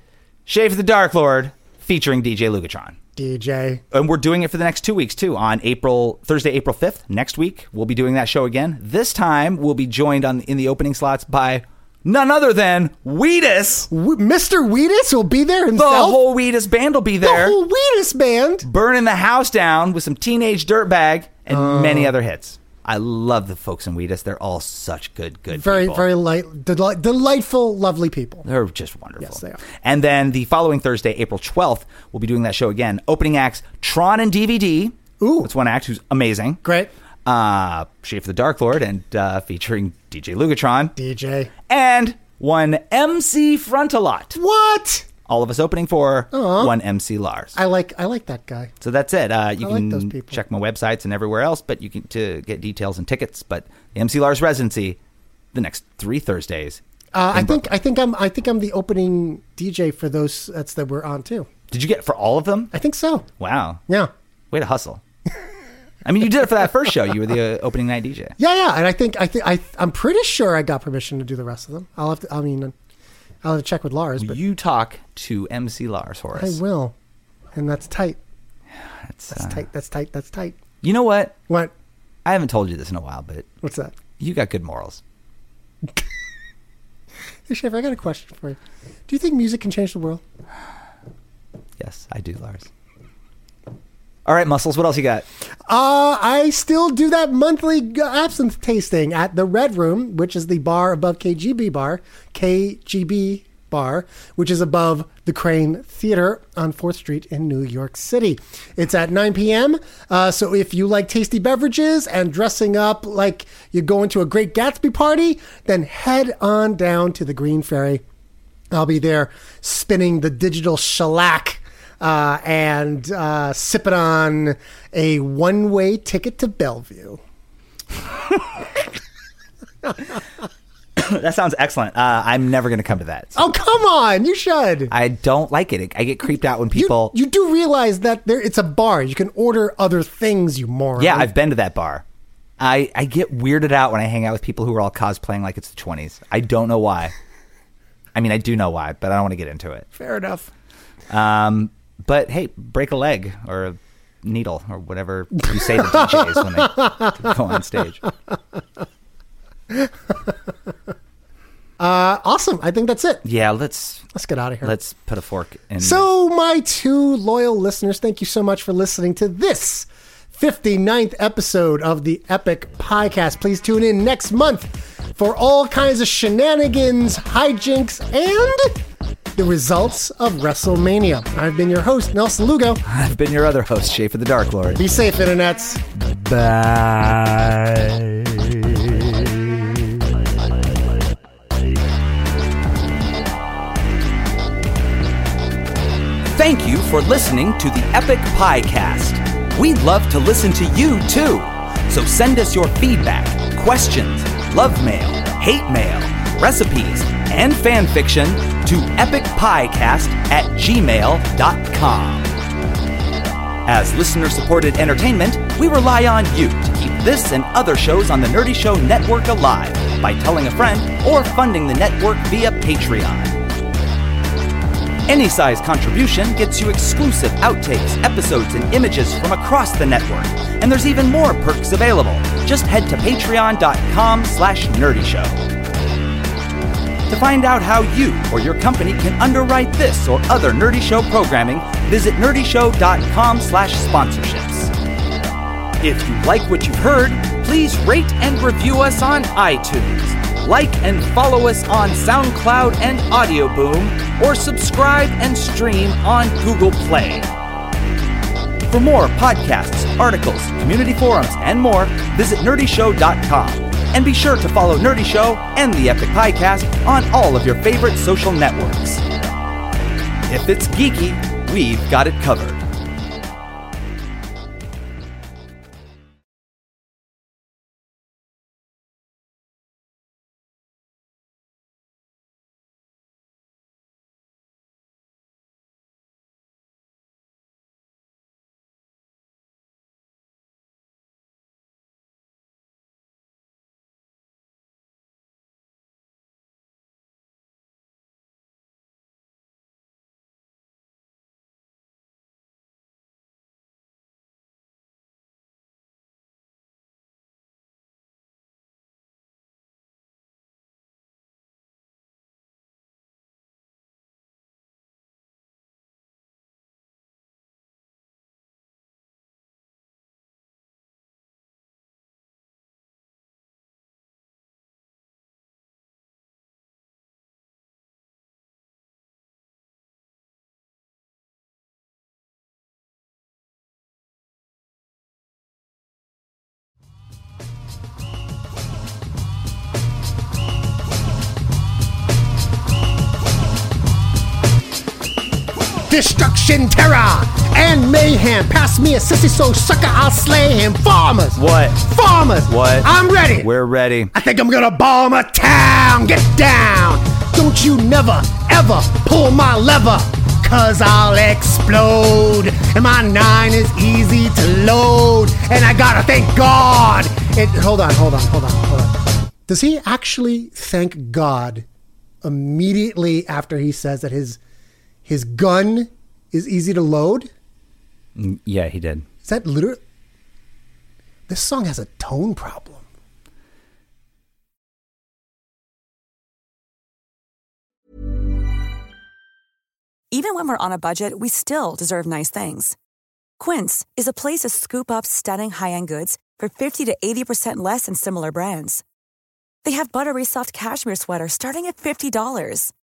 S7: Shave the Dark Lord featuring DJ Lugatron
S6: DJ.
S7: and we're doing it for the next two weeks too on april thursday april 5th next week we'll be doing that show again this time we'll be joined on in the opening slots by none other than weedus
S6: W- Mr. Wheatus will be there
S7: the
S6: himself.
S7: whole weedus band will be there
S6: The whole Wheatus band.
S7: burning the house down with some teenage dirtbag and
S6: Uh.
S7: many other hits i love the folks in weedus they're all such good good
S6: Very,
S7: people.
S6: very light, deli- delightful, lovely people.
S7: They're just wonderful.
S6: Yes, they are.
S7: And then the following Thursday, April 12th, we'll be doing that show again. Opening acts Tron and DVD. Ooh. That's one act who's amazing.
S6: Great.
S7: Uh, Shape of the Dark Lord and uh, featuring DJ Lugatron.
S6: DJ.
S7: And one MC Frontalot.
S6: What?
S7: All of us opening for
S6: Aw.
S7: one MC Lars.
S6: I like, I like that guy.
S7: So that's it. Uh, you
S6: I like
S7: can
S6: those people.
S7: check my websites and everywhere else, but you can to get details and tickets. But the MC Lars residency, the next three Thursdays.
S6: Uh, I think, I think I'm, I think I'm the opening DJ for those sets that we're on too.
S7: Did you get for all of them?
S6: I think so.
S7: Wow.
S6: Yeah.
S7: Way to hustle. I mean, you did it for that first show. You were the uh, opening night DJ.
S6: Yeah, yeah, and I think I think I I'm pretty sure I got permission to do the rest of them. I'll have to. I mean, I'll have to check with Lars, but
S7: You talk to MC Lars for
S6: I
S7: us.
S6: will, and that's tight.
S7: That's, uh,
S6: That's tight. That's tight. That's tight.
S7: You know what?
S6: What?
S7: I haven't told you this in a while, but
S6: What's that?
S7: you got good morals.
S6: Hey, Chef, I got a question for you. Do you think music can change the world?
S7: Yes, I do, Lars. All right, muscles. What else you got?
S6: Uh, I still do that monthly g- absinthe tasting at the Red Room, which is the bar above KGB Bar, KGB Bar, which is above the Crane Theater on 4th Street in New York City. It's at 9 p.m. Uh, so if you like tasty beverages and dressing up like you're going to a great Gatsby party, then head on down to the Green Ferry. I'll be there spinning the digital shellac uh, and uh, sipping on a one way ticket to Bellevue.
S7: that sounds excellent. Uh, I'm never going to come to that.
S6: Oh, come on. You should.
S7: I don't like it. I get creeped out when people.
S6: You do realize that there it's a bar. You can order other things, you moron.
S7: yeah, I've been to that bar. I, I get weirded out when I hang out with people who are all cosplaying like it's the 20s. I don't know why. I mean, I do know why, but I don't want to get into it.
S6: Fair enough.
S7: Um, but hey, break a leg or a needle or whatever you say to DJs when they go on stage.
S6: Uh, awesome. I think that's it.
S7: Yeah, let's
S6: Let's get out of here.
S7: let's put a fork in.
S6: So, my two loyal listeners, thank you so much for listening to this 59th episode of the Epic Podcast. Please tune in next month for all kinds of shenanigans, hijinks, and the results of WrestleMania. I've been your host, Nelson Lugo.
S7: I've been your other host, Shay for the Dark Lord.
S6: Be safe, internets.
S7: Bye.
S8: Thank you for listening to the Epic Podcast.
S7: We'd love to listen to you too. So send us your feedback, questions, love mail, hate mail, recipes, and fan fiction to epicpiecast at gmail.com. As listener supported entertainment, we rely on you to keep this and other shows on the Nerdy Show Network alive by telling a friend or funding the network via Patreon. Any size contribution gets you exclusive outtakes, episodes, and images from across the network. And there's even more perks available. Just head to patreon.com slash nerdyshow. To find out how you or your company can underwrite this or other Nerdy Show programming, visit nerdyshow.com slash sponsorships. If you like what you've heard, please rate and review us on iTunes. Like and follow us on SoundCloud and Audio Boom, or subscribe and stream on Google Play. For more podcasts, articles, community forums, and more, visit nerdyshow.com. And be sure to follow Nerdy Show and the Epic Podcast on all of your favorite social networks. If it's geeky, we've got it covered.
S6: Destruction, terror, and mayhem. Pass me a sissy so sucker, I'll slay him. Farmers.
S11: What?
S6: Farmers.
S11: What?
S6: I'm ready.
S11: We're ready.
S6: I think I'm gonna bomb a town. Get down. Don't you never, ever pull my lever. Cause I'll explode. And my nine is easy to load. And I gotta thank God. And hold on, hold on, hold on, hold on. Does he actually thank God immediately after he says that his his gun is easy to load?
S11: Mm, Yeah, he did.
S6: Is that literally? This song has a tone problem.
S12: Even when we're on a budget, we still deserve nice things. Quince is a place to scoop up stunning high-end goods for 50 to 80% less than similar brands. They have buttery soft cashmere sweaters starting at $50,